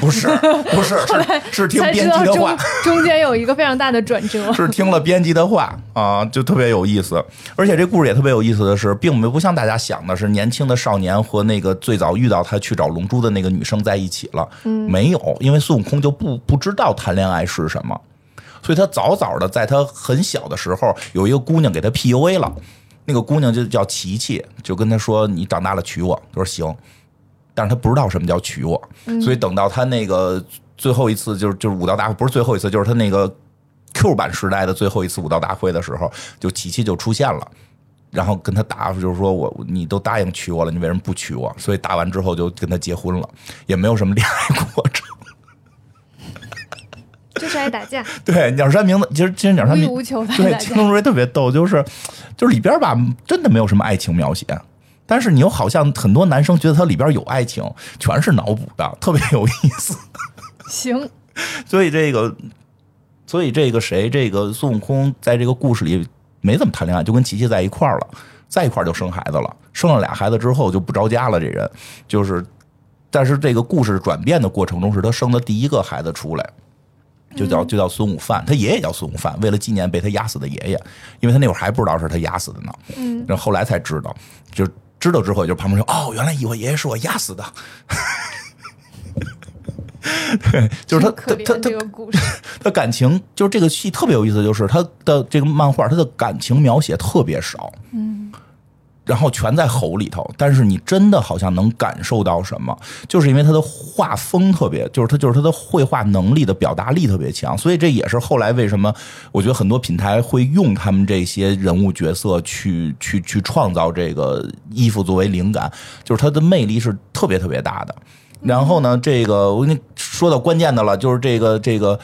不是不是是是听
才知
编
道
辑的
中
话，
中间有一个非常大的转折。
是听了编辑的话啊，就特别有意思。而且这故事也特别有意思的是，并没不像大家想的是年轻的少年和那个最早遇到他去找龙珠的那个女生在一起了，没有，因为孙悟空就不不知道谈恋爱是什么。所以他早早的在他很小的时候，有一个姑娘给他 PUA 了，那个姑娘就叫琪琪，就跟他说：“你长大了娶我。”他说：“行。”但是他不知道什么叫娶我，所以等到他那个最后一次，就是就是武道大会，不是最后一次，就是他那个 Q 版时代的最后一次武道大会的时候，就琪琪就出现了。然后跟他打，就是说我你都答应娶我了，你为什么不娶我？所以打完之后就跟他结婚了，也没有什么恋爱过程。
就是爱打架，
对，鸟山明的，其实其实鸟
无
山
欲
明
无求的爱
对，
打
《青
架。
龙珠》特别逗，就是就是里边吧，真的没有什么爱情描写，但是你又好像很多男生觉得它里边有爱情，全是脑补的，特别有意思。
行，
所以这个，所以这个谁，这个孙悟空在这个故事里没怎么谈恋爱，就跟琪琪在一块儿了，在一块儿就生孩子了，生了俩孩子之后就不着家了，这人就是。但是这个故事转变的过程中，是他生的第一个孩子出来，就叫
嗯
就叫孙悟饭，他爷爷叫孙悟饭，为了纪念被他压死的爷爷，因为他那会儿还不知道是他压死的呢，
嗯，
然后后来才知道，就知道之后，也就旁边说哦，原来我爷爷是我压死的， 对，就是
这
他
么可
他他
怜
他
这个故事，
他感情就是这个戏特别有意思，就是他的这个漫画，他的感情描写特别少，嗯，然后全在吼里头，但是你真的好像能感受到什么，就是因为他的画风特别，就是他就是他的绘画能力的表达力特别强，所以这也是后来为什么我觉得很多品牌会用他们这些人物角色去去去创造这个衣服作为灵感，就是它的魅力是特别特别大的。然后呢，这个我跟你说到关键的了，就是这个这个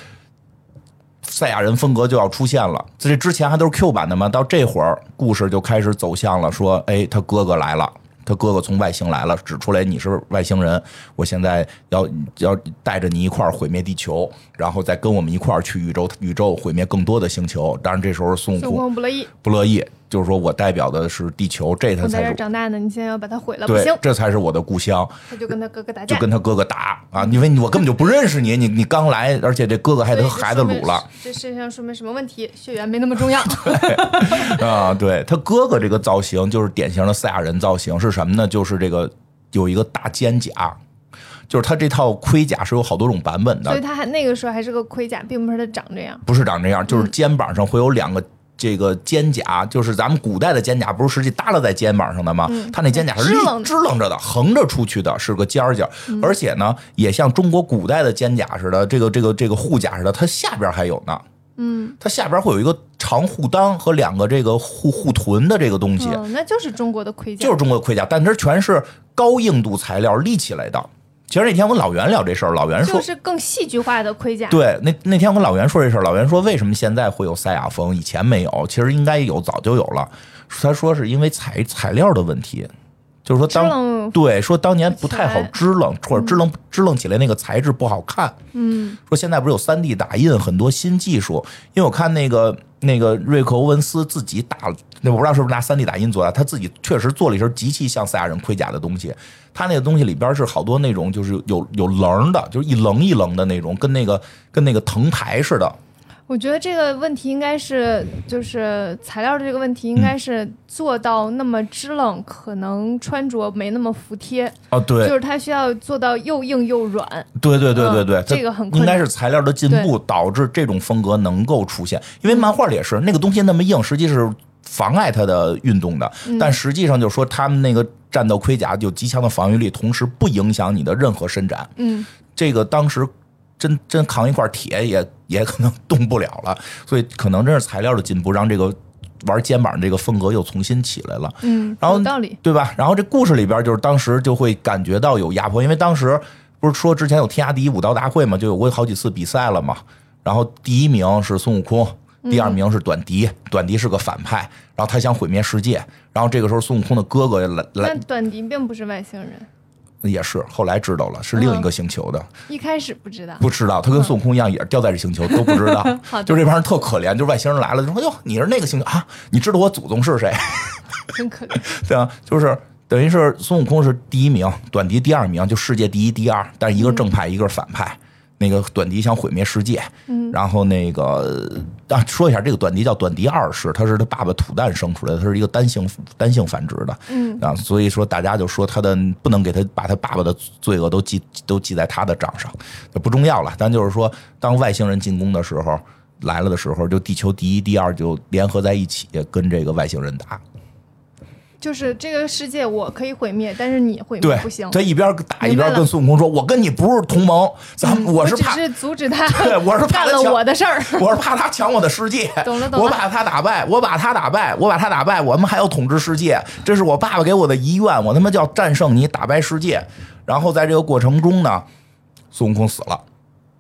赛亚人风格就要出现了。在这之前还都是 Q 版的嘛，到这会儿故事就开始走向了，说，哎，他哥哥来了，他哥哥从外星来了，指出来你是外星人，我现在要要带着你一块儿毁灭地球，然后再跟我们一块儿去宇宙宇宙毁灭更多的星球。当然，这时候孙悟
孙悟
空
空不乐意，
不乐意，就是说我代表的是地球，这他
我在
才
这儿
是
长大呢，你现在要把它毁了，不
对
行，，
这才是我的故乡。
他就跟他哥哥打
就
架，
跟他哥哥打啊，因为你我根本就不认识你，你你刚来，而且这哥哥还
所以
跟
这
孩子
说明
撸了。
这世界上说明什么问题？血缘没那么重 要。
啊，对他哥哥这个造型就是典型的赛亚人造型，是什么呢？就是这个有一个大肩甲，就是他这套盔甲是有好多种版本
所以
的，
他还那个时候还是个盔甲，并不是他长这样。
不是长这样，就是肩膀上会有两个这个肩甲，就是咱们古代的肩甲，不是实际耷拉在肩膀上的吗？它那肩甲是
支
立
棱
支棱着的，横着出去的，是个尖儿角，而且呢，也像中国古代的肩甲似的，这个这个这个护甲似的，它下边还有呢。
嗯，
它下边会有一个长护裆和两个这个护护臀的这个东西，
哦，那就是中国的盔甲，
啊就是中国盔甲，但它全是高硬度材料立起来的。其实那天我跟老袁聊这事儿，老袁说，
就是更戏剧化的盔甲。
对，那那天我跟老袁说这事儿，老袁说为什么现在会有赛亚风，以前没有？其实应该有，早就有了。他说是因为材材料的问题，就是说
支
当
棱，
对说当年不太好
材
支棱，或者支棱支棱起来那个材质不好看。
嗯，
说现在不是有三 D 打印很多新技术，因为我看那个那个瑞克欧文斯自己打，那我不知道是不是拿三 D 打印做的，他自己确实做了一身极其像赛亚人盔甲的东西。他那个东西里边是好多那种就是有有棱的，就是一棱一棱的那种，跟那个跟那个藤牌似的。
我觉得这个问题应该是，就是材料的这个问题，应
嗯
该是做到那么支棱，可能穿着没那么服帖，
哦，
就
对
是它需要做到又硬又软。
对对对对
嗯
对，它
这个很困
应该
难
是材料的进步导致这种风格能够出现，因为漫画里也是那个东西那么硬，实际是妨碍它的运动的。
嗯
但实际上就说他们那个战斗盔甲有极强的防御力，同时不影响你的任何伸展。
嗯，
这个当时真真扛一块铁也也可能 动不了了，所以可能真是材料的进步让这个玩肩膀这个风格又重新起来了。
嗯，
然后
有道理。
对吧？然后这故事里边就是当时就会感觉到有压迫，因为当时不是说之前有天下第一武道大会嘛，就有过好几次比赛了嘛。然后第一名是孙悟空，第二名是短笛，短笛是个反派，然后他想毁灭世界。然后这个时候孙悟空的哥哥来来
但短笛并不是外星人，
也是后来知道了是另一个星球的，
一开始不知道。
不知道他跟孙悟空一样也是掉在这星球都不知道
好，的
就这帮人特可怜，就外星人来了就说哟哎你是那个星球啊，你知道我祖宗是谁？
真可怜。
对啊，就是等于是孙悟空是第一名，短笛第二名，就世界第一、第二，但是一个是正派，一个是反派。那个短笛想毁灭世界，然后那个啊，说一下这个短笛叫短笛二世，他是他爸爸土蛋生出来的，他是一个单性单性繁殖的，
嗯
啊，所以说大家就说他的不能给他把他爸爸的罪恶都记都记在他的账上，就不重要了。但就是说，当外星人进攻的时候来了的时候，就地球第一、第二就联合在一起跟这个外星人打，
就是这个世界我可以毁灭，但是你毁
对
灭不行，。
他一边打一
明白
边
了
跟孙悟空说：“我跟你不是同盟，咱们啊我是
嗯只
怕，
是阻止他
对我是怕
干
他
了
抢
我的事儿。
我是怕他抢我的世界，
懂了懂了
我把他打败，我把他打败，我把他打败，我们还要统治世界，这是我爸爸给我的遗愿，我他妈就要战胜你，打败世界。”然后在这个过程中呢，孙悟空死了。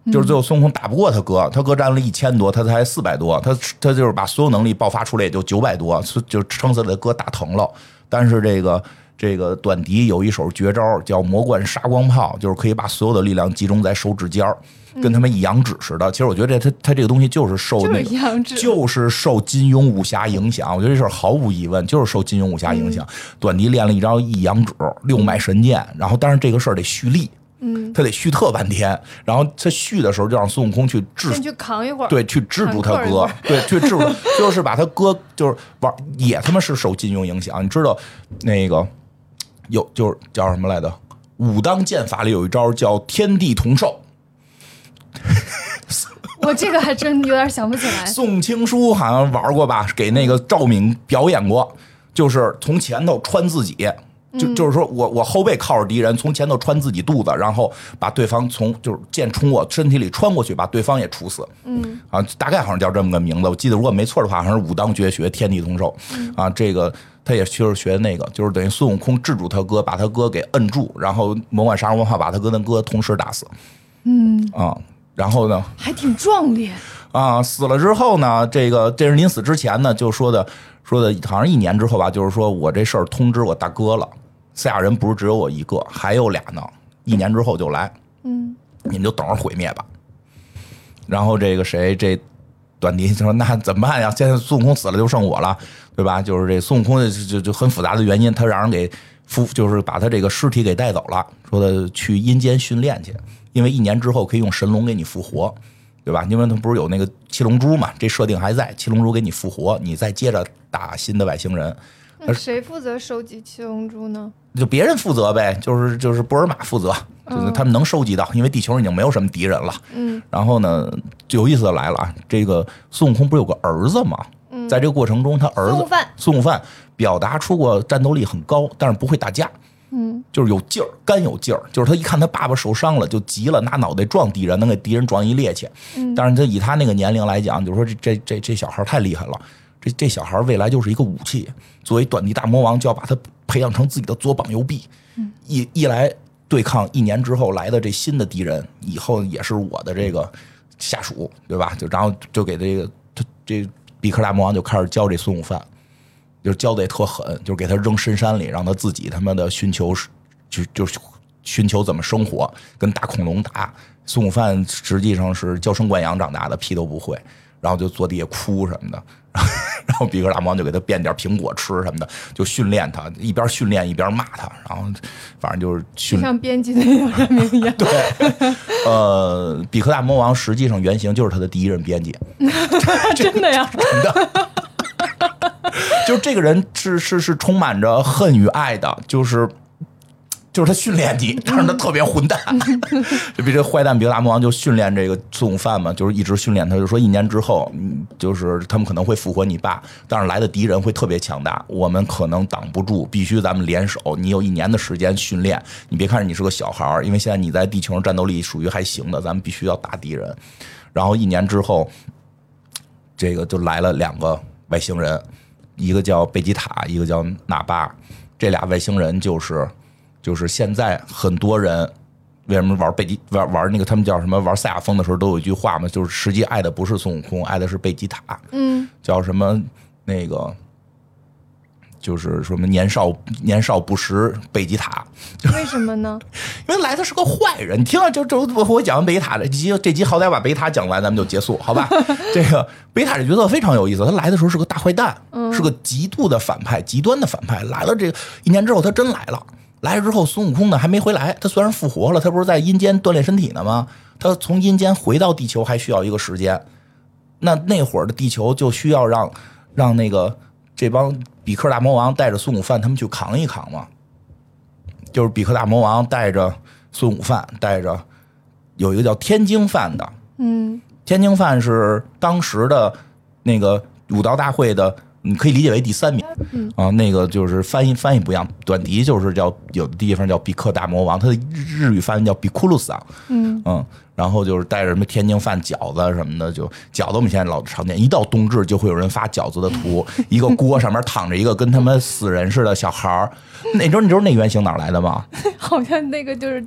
就
嗯
是最后孙悟空打不过他哥，他哥占了一千多，他才四百多，他他就是把所有能力爆发出来也就九百多，所以就撑死了他哥打疼了。但是这个这个短笛有一手绝招叫魔贯杀光炮，就是可以把所有的力量集中在手指尖儿，跟他们一阳指似的。其实我觉得这他他这个东西就是受
嗯就是
那个
阳指
就是受金庸武侠影响。我觉得这事儿毫无疑问就是受金庸武侠影响。
嗯
短笛练了一招一阳指六脉神剑，然后但是这个事儿得蓄力。他得续特半天，然后他续的时候就让孙悟空去制
先去扛一会儿。
对，去制住他
反扣一
哥
棍儿，
对，去制住，就是把他哥就是玩也他妈是受金庸影响，你知道那个有就是叫什么来着？武当剑法里有一招叫天地同寿，
我这个还真有点想不起来。
宋青书好像玩过吧，给那个赵敏表演过，就是从前头穿自己。就就是说我我后背靠着敌人，从前头穿自己肚子，然后把对方从就是剑冲我身体里穿过去，把对方也处死。嗯，啊，大概好像叫这么个名字。我记得如果没错的话，好像是武当绝学，天地同寿。啊，这个他也确实学那个，就是等于孙悟空制住他哥，把他哥给摁住，然后魔幻杀人文化把他哥跟哥同时打死。嗯，啊，然后呢，
还挺壮烈。
啊，死了之后呢，这个这是临死之前呢，就说的说的，好像一年之后吧，就是说我这事儿通知我大哥了，赛亚人不是只有我一个，还有俩呢，一年之后就来，
嗯，
你们就等着毁灭吧。然后这个谁这短笛就说那怎么办呀？现在孙悟空死了就剩我了，对吧？就是这孙悟空就就就很复杂的原因，他让人给夫就是把他这个尸体给带走了，说的去阴间训练去，因为一年之后可以用神龙给你复活。对吧？因为他不是有那个七龙珠嘛，这设定还在，七龙珠给你复活，你再接着打新的外星人。
那谁负责收集七龙珠呢？
就别人负责呗，就是就是波尔玛负责，就是他们能收集到，因为地球已经没有什么敌人了。
嗯，
然后呢，就有意思的来了啊，这个孙悟空不是有个儿子吗？在这个过程中，他儿
嗯孙悟
子
饭，
孙悟饭表达出过战斗力很高，但是不会打架，
嗯，
就是有劲儿，干有劲儿。就是他一看他爸爸受伤了，就急了，拿脑袋撞敌人，能给敌人撞一趔趄。
嗯
但是他以他那个年龄来讲，就是说这这这这小孩太厉害了，这这小孩未来就是一个武器。作为短笛大魔王，就要把他培养成自己的左膀右臂。一一来对抗一年之后来的这新的敌人，以后也是我的这个下属，对吧？就然后就给这个他这比克大魔王就开始教这孙悟饭，就是教的也特狠，就是给他扔深山里，让他自己他妈的寻求，就就是寻求怎么生活，跟大恐龙打。孙悟饭实际上是娇生惯养长大的，屁都不会，然后就坐地下哭什么的。 然后比克大魔王就给他变点苹果吃什么的，就训练他，一边训练一边骂他，然后反正就是训
就像编辑的那个人名一样，
呃，比克大魔王实际上原型就是他的第一任编辑，
真的呀，
就是这个人是是是充满着恨与爱的，就是就是他训练你，但是他特别混蛋。就比这坏蛋比克大魔王就训练这个孙悟饭嘛，就是一直训练他，就说一年之后，嗯就是他们可能会复活你爸，但是来的敌人会特别强大，我们可能挡不住，必须咱们联手。你有一年的时间训练，你别看着你是个小孩儿，因为现在你在地球上战斗力属于还行的，咱们必须要打敌人。然后一年之后，这个就来了两个外星人，一个叫贝吉塔，一个叫纳巴。这俩外星人就是就是现在很多人为什么玩贝吉玩玩那个他们叫什么玩赛亚风的时候都有一句话嘛，就是实际爱的不是孙悟空，爱的是贝吉塔，
嗯，
叫什么那个。就是什么年少年少不识贝吉塔，
为什么呢？
因为来的是个坏人。你听了就就我我讲完贝塔这集，这集好歹把贝塔讲完，咱们就结束，好吧？这个贝塔这角色非常有意思，他来的时候是个大坏蛋，是个极度的反派、极端的反派。来了这个一年之后，他真来了。来了之后，孙悟空呢还没回来。他虽然复活了，他不是在阴间锻炼身体呢吗？他从阴间回到地球还需要一个时间。那那会儿的地球就需要让让那个这帮比克大魔王带着孙悟饭他们去扛一扛嘛。就是比克大魔王带着孙悟饭，带着有一个叫天津饭的，
嗯，
天津饭是当时的那个武道大会的，你可以理解为第三名。
嗯
啊，那个就是翻译翻译不一样，短笛就是叫有的地方叫比克大魔王，它的日日语翻译叫比库鲁斯啊。
嗯
然后就是带着什么天津饭、饺子什么的，就饺子我们现在老常见，一到冬至就会有人发饺子的图，一个锅上面躺着一个跟他们死人似的小孩儿。那你知道你知道那原型哪儿来的吗？
好像那个就是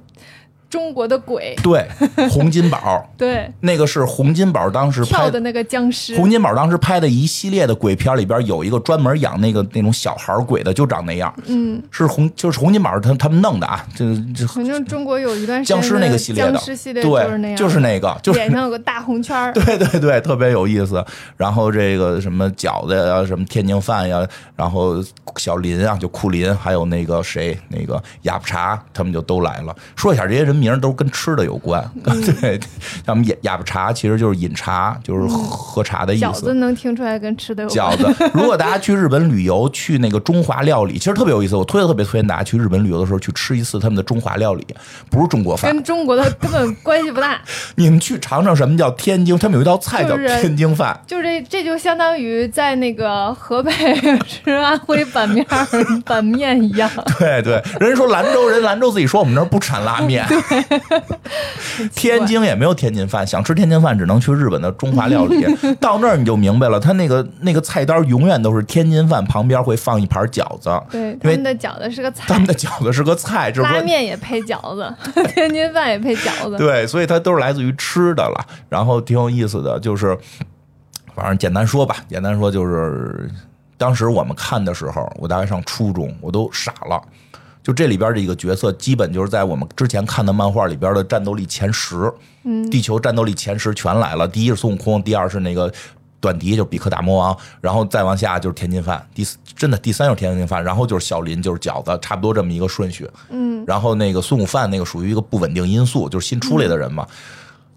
中国的鬼，
对，洪 金宝，
对，
那个是洪金宝当时
跳
拍
的那个僵尸，
洪金宝当时拍的一系列的鬼片里边有一个专门养那个那种小孩鬼的，就长那样。
嗯，
是洪就是洪金宝他他们弄的啊，这这
反正中国有一段时间
僵尸那个系列的，
僵尸系列就是那
对，
样，
就是那个，就是
脸上有个大红圈儿，
对对对，特别有意思。然后这个什么饺子呀，什么天津饭呀，然后小林啊，就库林，还有那个谁，那个雅布查，他们就都来了。说一下，这些人名儿都跟吃的有关。
嗯
对，他们雅雅布查其实就是饮茶，就是喝茶的意
饺
思。
子能听出来跟吃的有关，
饺子。如果大家去日本旅游，去那个中华料理，其实特别有意思。我推特别推荐大家去日本旅游的时候去吃一次他们的中华料理，不是中国饭。
跟中国的根本关系不大。
你们去尝尝什么叫天津，他们有一道菜叫
就是
天津饭。
就是这，这就相当于在那个河北 吃安徽板面儿 板面一样，
对对，人家说兰州人，兰州自己说我们那儿不产拉面， 天津也没有天津饭，想吃天津饭只能去日本的中华料理。到那儿你就明白了，他那个那个菜单永远都是天津饭旁边会放一盘饺子，
对，他
因
们
为
的饺子是个菜
他，们的饺子是个菜，就是
拉
说。
面也配饺子， 天津饭也配饺子。
对，所以它都是来自于吃的了，然后挺有意思的，就是反正简单说吧，简单说就是当时我们看的时候，我大概上初中，我都傻了。就这里边这个角色，基本就是在我们之前看的漫画里边的战斗力前十，嗯，地球战斗力前十全来了。第一是孙悟空，第二是那个短笛，就是比克大魔王，然后再往下就是天津饭，第四真的第三就是天津饭，然后就是小林，就是饺子，差不多这么一个顺序。嗯，然后那个孙悟饭那个属于一个不稳定因素，就是新出来的人嘛，
嗯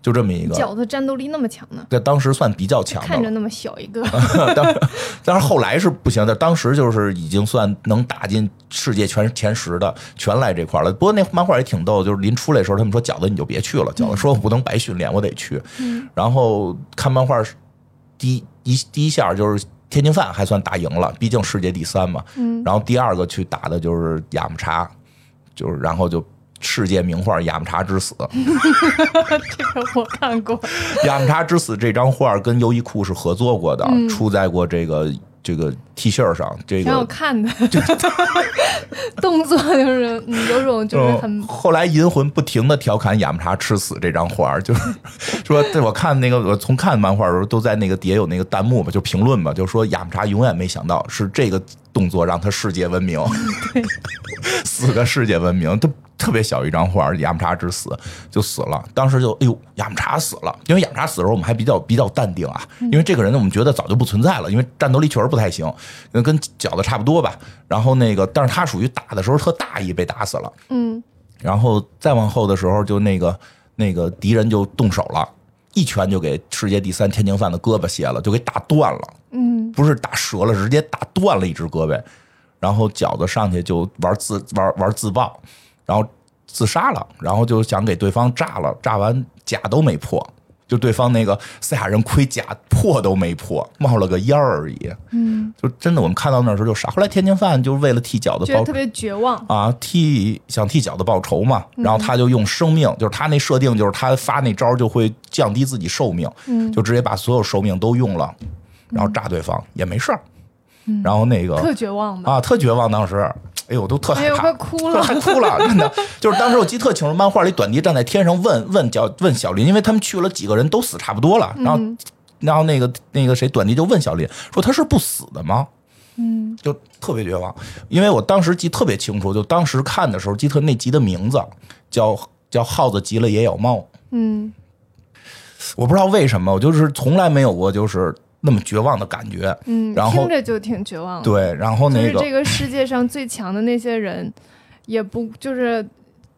就这么一个。
饺子战斗力那么强呢，
在当时算比较强的
看
了
着，那么小一 个，
当当然后来是不行的，当时就是已经算能打进世界前前十的全来这块了。不过那漫画也挺逗，就是临出来的时候，他们说饺子你就别去了，饺子说我不能白训练，我得去。然后看漫画是第一一第一下就是天津饭还算打赢了，毕竟世界第三嘛。
嗯
然后第二个去打的就是雅木茶，就是然后就世界名画《雅木茶之死》。
这个我看过，
《雅木茶之死》这张画跟优衣库是合作过的，出在过这个这个 T 恤上，这
挺好
个。
看的， 动作就是嗯，有种就是很
嗯，后来银魂不停的调侃雅木茶吃死这张画，就是说，对我看那个，我从看漫画的时候都在那个底下有那个弹幕嘛，就评论嘛，就说雅木茶永远没想到是这个动作让他世界闻名，死个世界闻名，都特别小一张画，雅木茶之死就死了。当时就哎呦，雅木茶死了，因为雅木茶死的时候我们还比较比较淡定啊，
嗯
因为这个人呢我们觉得早就不存在了，因为战斗力确实不太行，跟跟饺子差不多吧。然后那个，但是他属于打的时候特大意被打死了。
嗯
然后再往后的时候，就那个那个敌人就动手了，一拳就给世界第三天津饭的胳膊卸了，就给打断了，
嗯，
不是打折了，直接打断了一只胳膊。然后饺子上去就玩自玩玩自爆，然后自杀了，然后就想给对方炸了，炸完甲都没破，就对方那个赛亚人盔甲破都没破，冒了个烟儿而已。嗯，就真的我们看到那时候就傻。后来天津饭就为了替饺子
觉得
报
特别绝望，
啊，替想替饺子报仇嘛，然后他就用生命，就是他那设定就是他发那招就会降低自己寿命，
嗯
就直接把所有寿命都用了，然后炸对方也没事儿，然后那个
嗯特绝望吧，
啊特绝望，当时哎呦我都特
哎
害
呦，
怕
快。哭
就
了
还，哭了，真的就是当时我记得特清楚，漫画里短笛站在天上问问小问小林，因为他们去了几个人都死差不多了，然后、
嗯
然后那个那个谁短笛就问小林说他是不死的吗？嗯，就特别绝望，因为我当时记得特别清楚，就当时看的时候记得那集的名字叫叫耗子急了也咬猫，
嗯
我不知道为什么，我就是从来没有过就是那么绝望的感觉，
嗯，
然后
听着就挺绝望的，
对，然后
哦就
那
是
个
这个世界上最强的那些人，也不就是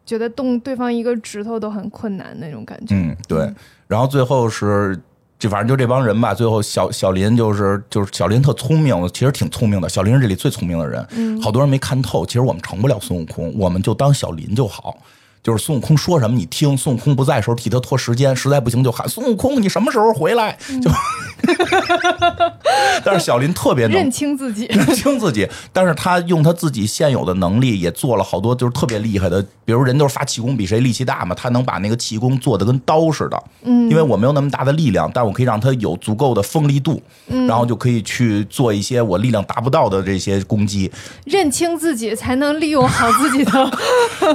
觉得动对方一个指头都很困难那种感觉。
嗯，对。然后最后是，就反正就这帮人吧。最后小小林就是就是小林特聪明，其实挺聪明的。小林是这里最聪明的人，好多人没看透。其实我们成不了孙悟空，我们就当小林就好。就是孙悟空说什么你听，孙悟空不在的时候替他拖时间，实在不行就喊孙悟空，你什么时候回来？就， 但是小林特别能
认清自己，
认 清自己，但是他用他自己现有的能力，也做了好多就是特别厉害的，比如人都是发气功比谁力气大嘛，他能把那个气功做的跟刀似的，嗯，因为我没有那么大的力量，但我可以让他有足够的锋利度，
嗯
然后就可以去做一些我力量达不到的这些攻 击，
认清自己才能利用好自己的。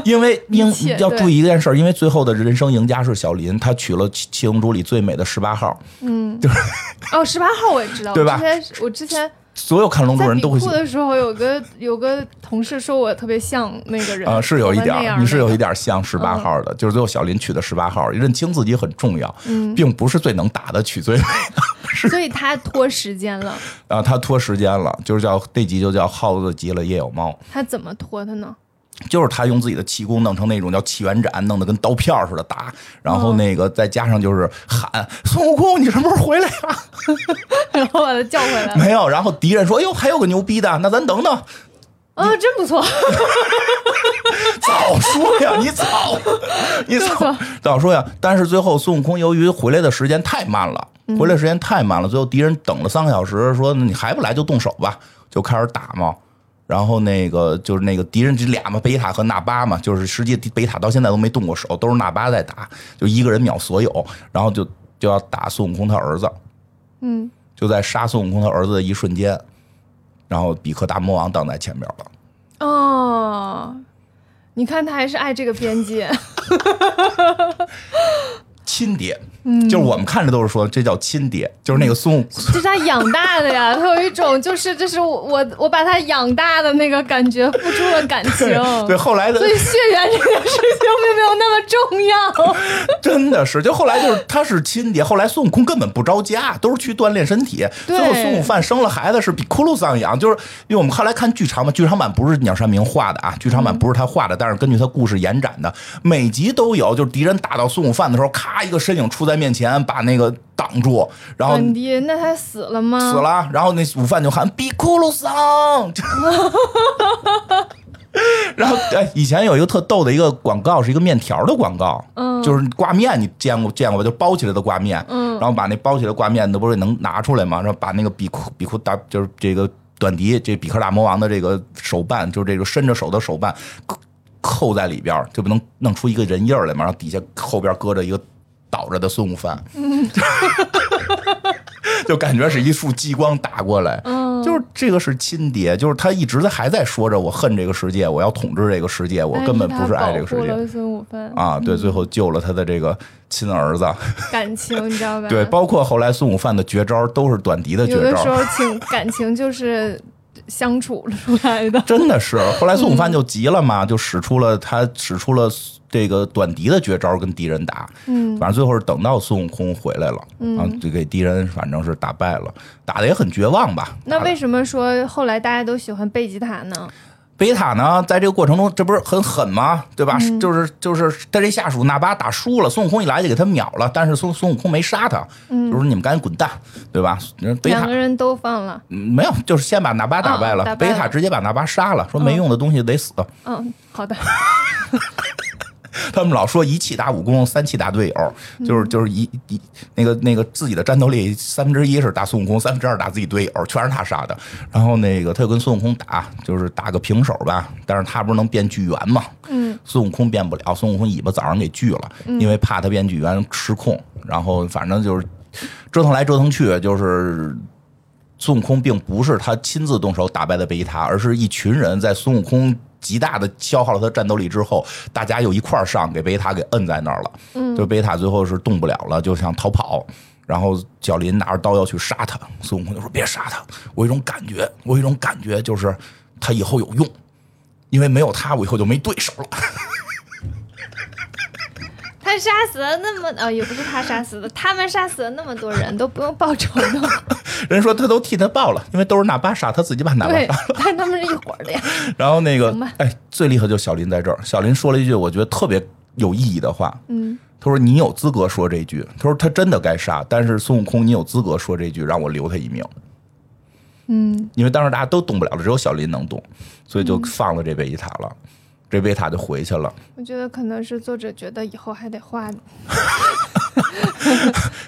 因为因
一切
要
对
注意一件事儿，因为最后的人生赢家是小林，他娶了七《七龙珠》里最美的十八号，
哦，十八号我也知道，
对
我
吧
之前我之前
所有看《龙珠》
在
人
比
都会
库的时候，有个有个同事说我特别像那个人
啊、是有一点
我那嗯
儿，
样
你是有一
的
点儿像十八号的，就是最后小林取的十八号，认清自己很重要，
嗯
并不是最能打的取最美的。
所以他拖时间了。
啊，他拖时间了，就是叫那集就叫耗子急了夜有猫，
他怎么拖的呢？
就是他用自己的气功弄成那种叫气元斩，弄得跟刀片儿似的打，然
嗯
后那个再加上就是喊孙悟空，你什么时候回来呀、
然后把他叫回来了。
没有，然后敌人说，哎呦，还有个牛逼的，那咱等等，
啊，真不错，
早说呀，你早，你早早说呀！但是最后孙悟空由于回来的时间太慢了，回来时间太慢了，最后敌人等了三个小时，说你还不来就动手吧，就开始打嘛。然后那个就是那个敌人这俩嘛，贝塔和纳巴嘛，就是实际贝塔到现在都没动过手，都是纳巴在打，就一个人秒所有，然后就就要打孙悟空他儿子，
嗯，
就在杀孙悟空他儿子的一瞬间，然后比克大魔王挡在前面了。
哦，你看他还是爱这个编辑，
亲爹，
嗯
就是我们看着都是说这叫亲爹，就是那个孙悟
这是他养大的呀，他有一种就是这是我我我把他养大的那个感觉，付出了感情。
对对后来的
嗯哦所以血缘这件事情并没有那么重要。
真的是，就后来就是他是亲爹，后来孙悟空根本不着家，都是去锻炼身体。最
对
后孙悟饭生了孩子是比库鲁桑养，就是因为我们后来看剧场版，剧场版不是鸟山明画的啊，剧场版不是他画的，但是根据他故事延展的，每集都有，就是敌人打到孙悟饭的时候，咔一个身影出在面前，把那个挡住，然后
本迪，那他死了吗？
死了，然后那午饭就喊比库鲁桑， 然后哎，以前有一个特逗的一个广告，是一个面条的广告，
嗯
就是挂面，你见过见过吧？就包起来的挂面，
嗯
然后把那包起来挂面的不是能拿出来吗？然后把那个比库比库大就是这个短笛这比克大魔王的这个手办，就是这个伸着手的手办扣扣在里边儿，就不能弄出一个人印儿来嘛？然后底下后边搁着一个倒着的孙悟饭， 就感觉是一束激光打过来。
嗯，
就是这个是亲爹，就是他一直在还在说着我恨这个世界，我要统治这个世界，我根本不是爱这个世
哎但是他保护
界
了嗯孙悟饭
啊！对，最后救了他的这个亲儿子，
感情，你知道吧？
对，包括后来孙悟饭的绝招都是短笛的
有
绝
的时
招，
候情感情就是相处出来 的。
真的是。后来孙悟饭就急了嘛，就使出了他使出了这个短笛的绝招跟敌人打，
嗯，
反正最后是等到孙悟空回来了，啊，就给敌人反正是打败了，打的也很绝望吧。
那
打得
为什么说后来大家都喜欢贝吉塔呢？
贝塔呢，在这个过程中，这不是很狠吗？对吧？
嗯
就是就是他这下属纳巴打输了，孙悟空一来就给他秒了，但是孙孙悟空没杀他，就是你们赶紧滚蛋，对吧？贝
嗯两
塔
个人都放了。
嗯没有，就是先把纳巴打败了，
啊打败
贝
了
塔直接把纳巴杀了，说没用的东西得死。
嗯，好 的。
他们老说一气打武功，三气打队友，就是就是一一那个那个自己的战斗力三分之一是打孙悟空，三分之二打自己队友，全是他杀的。然后那个他就跟孙悟空打，就是打个平手吧，但是他不是能变巨猿吗？
嗯，
孙悟空变不了，孙悟空尾巴早上给锯了，因为怕他变巨猿失控。然后反正就是折腾来折腾去，就是孙悟空并不是他亲自动手打败的贝吉塔，而是一群人在孙悟空极大的消耗了他战斗力之后，大家又一块儿上，给贝吉塔给摁在那儿了。
嗯
就贝吉塔最后是动不了了，就想逃跑。然后小林拿着刀要去杀他，孙悟空就说：“别杀他，我有一种感觉，我有一种感觉就是他以后有用，因为没有他，我以后就没对手了。
他杀死了那么呃，也不是他杀死的，他们杀死了那么多人都不用报仇 的。
人说他都替他报了，因为都是纳巴杀，他自己把纳巴
对
杀。，
但是他们是一伙儿的呀。
然后那个
明白，
哎，最厉害就是小林在这儿。小林说了一句我觉得特别有意义的话，
嗯，
他说：“你有资格说这句。”他说：“他真的该杀，但是孙悟空，你有资格说这句，让我留他一命。”
嗯，
因为当时大家都动不了了，只有小林能动，所以就放了这贝吉塔了。这贝塔就回去了，
我觉得可能是作者觉得以后还得画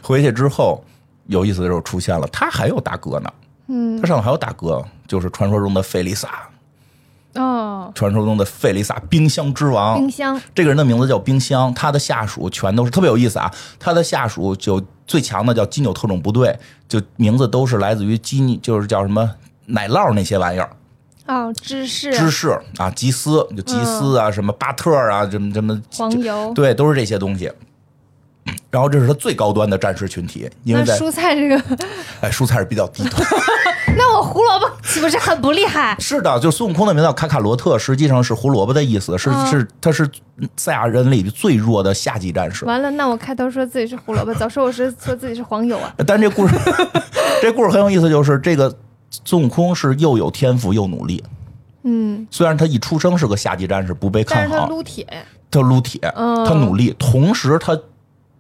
回去之后，有意思的时候出现了，他还有大哥呢，
嗯
他上头还有大哥，就是传说中的费利萨，
哦，
传说中的费利萨冰箱之王，
冰箱
这个人的名字叫冰箱，他的下属全都是特别有意思啊。他的下属就最强的叫金纽特种部队，就名字都是来自于基尼，就是叫什么奶酪那些玩意儿，
哦，芝士、
芝士啊、吉斯就吉斯啊、什么巴特啊、什么什么
黄油。
对，都是这些东西。嗯然后这是他最高端的战士群体，因为
那
在
蔬菜这个，
哎蔬菜是比较低端。
那我胡萝卜岂不是很不厉害？
是的，就孙悟空的名字叫卡卡罗特，实际上是胡萝卜的意思，是
嗯
是他是赛亚人里最弱的下级战士。
完了，那我开头说自己是胡萝卜，早说我是说自己是黄油啊。
但这故事， 这故事很有意思，就是这个孙悟空是又有天赋又努力。
嗯，
虽然他一出生是个下级战士，不被
但
看
是他
好，
撸铁，
他撸铁，
嗯
他努力，同时他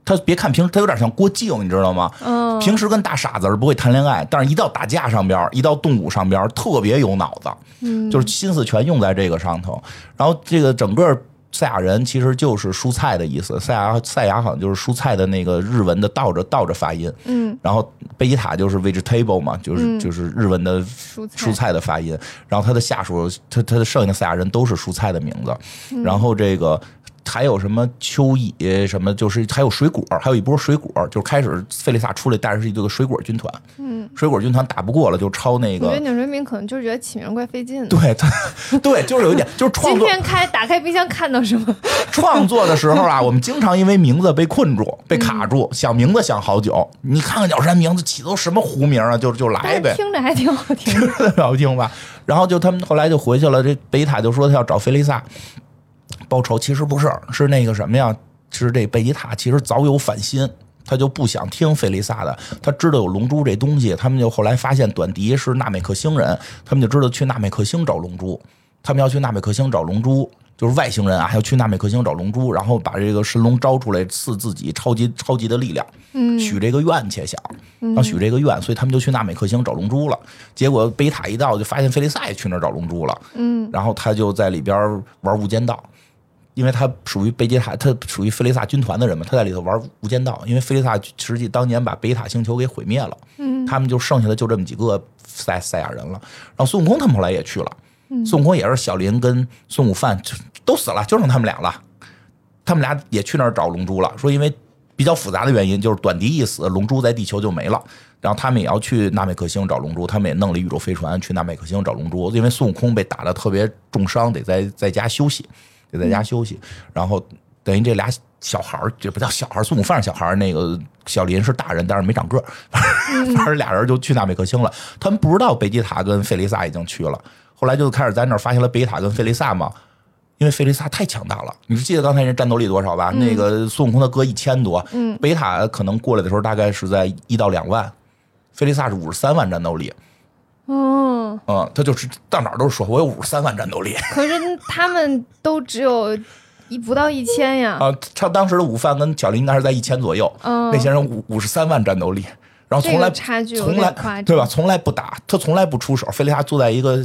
他别看平时他有点像郭靖，你知道吗？
嗯，
平时跟大傻子是不会谈恋爱，但是一到打架上边儿，一到动武上边儿，特别有脑子，
嗯
就是心思全用在这个上头。然后这个整个赛亚人其实就是蔬菜的意思，赛亚赛亚好像就是蔬菜的那个日文的倒着倒着发音，
嗯，
然后贝吉塔就是 vegetable 嘛，就是、就是日文的
蔬菜
蔬菜的发音。然后他的下属，他他的剩下的赛亚人都是蔬菜的名
嗯
字。然后这个还有什么蚯蚓，什么就是还有水果，还有一波水果，就是开始费利萨出来带着是一个水果军团，
嗯，
水果军团打不过了就抄那
我觉得
个。
鸟水饼可能就是觉得起名怪费劲的。
对，他对，就是有一点，就是创
今
作
天开打开冰箱看到什么？
创作的时候啊，我们经常因为名字被困住、被卡
嗯
住，想名字想好久。你看看鸟山名字起都什么胡名啊，就就
但
来
是
呗。
听着还挺好 听的。
特别好听吧。然后就他们后来就回去了，这贝塔就说他要找菲利萨报仇，其实不是，是那个什么呀？是这贝吉塔其实早有反心，他就不想听菲利萨的，他知道有龙珠这东西，他们就后来发现短笛是纳美克星人，他们就知道去纳美克星找龙珠，他们要去纳美克星找龙珠。就是外星人啊，要去纳美克星找龙珠，然后把这个神龙招出来，赐自己超级超级的力量，
嗯
许这个愿且想，要许这个愿，所以他们就去纳美克星找龙珠了。结果贝塔一到，就发现菲利萨也去那儿找龙珠了，
嗯，
然后他就在里边玩《无间道》。因为他属于贝吉塔，他属于菲利萨军团的人嘛，他在里头玩《无间道》。因为菲利萨实际当年把贝塔星球给毁灭了，
嗯
他们就剩下的就这么几个赛赛亚人了。然后孙悟空他们后来也去了，孙悟空也是小林跟孙悟饭就都死了，就剩他们俩了。他们俩也去那儿找龙珠了，说因为比较复杂的原因，就是短笛一死，龙珠在地球就没了。然后他们也要去纳美克星找龙珠，他们也弄了宇宙飞船去纳美克星找龙珠，因为孙悟空被打得特别重伤，得在在家休息，得在家休息。然后等于这俩小孩儿，这不叫小孩儿，孙悟饭是小孩儿，那个小林是大人，但是没长个儿，反正俩人就去纳美克星了。他们不知道贝吉塔跟费利萨已经去了，后来就开始在那儿发现了贝吉塔跟费利萨嘛。因为费利萨太强大了，你记得刚才人战斗力多少吧？那个孙悟空他哥一千多，
嗯
贝塔可能过来的时候大概是在一到两万，费利萨是五十三万战斗力，
嗯，
嗯，他就是到哪儿都是说我有五十三万战斗力
可是他们都只有一不到一千呀，
啊。他当时的午饭跟小林那是在一千左右，
嗯，
那些人五五十三万战斗力，然后
这
从来
个差距有
从
点夸
来对
张
吧？，从来不打，他从来不出手。菲利萨坐在一个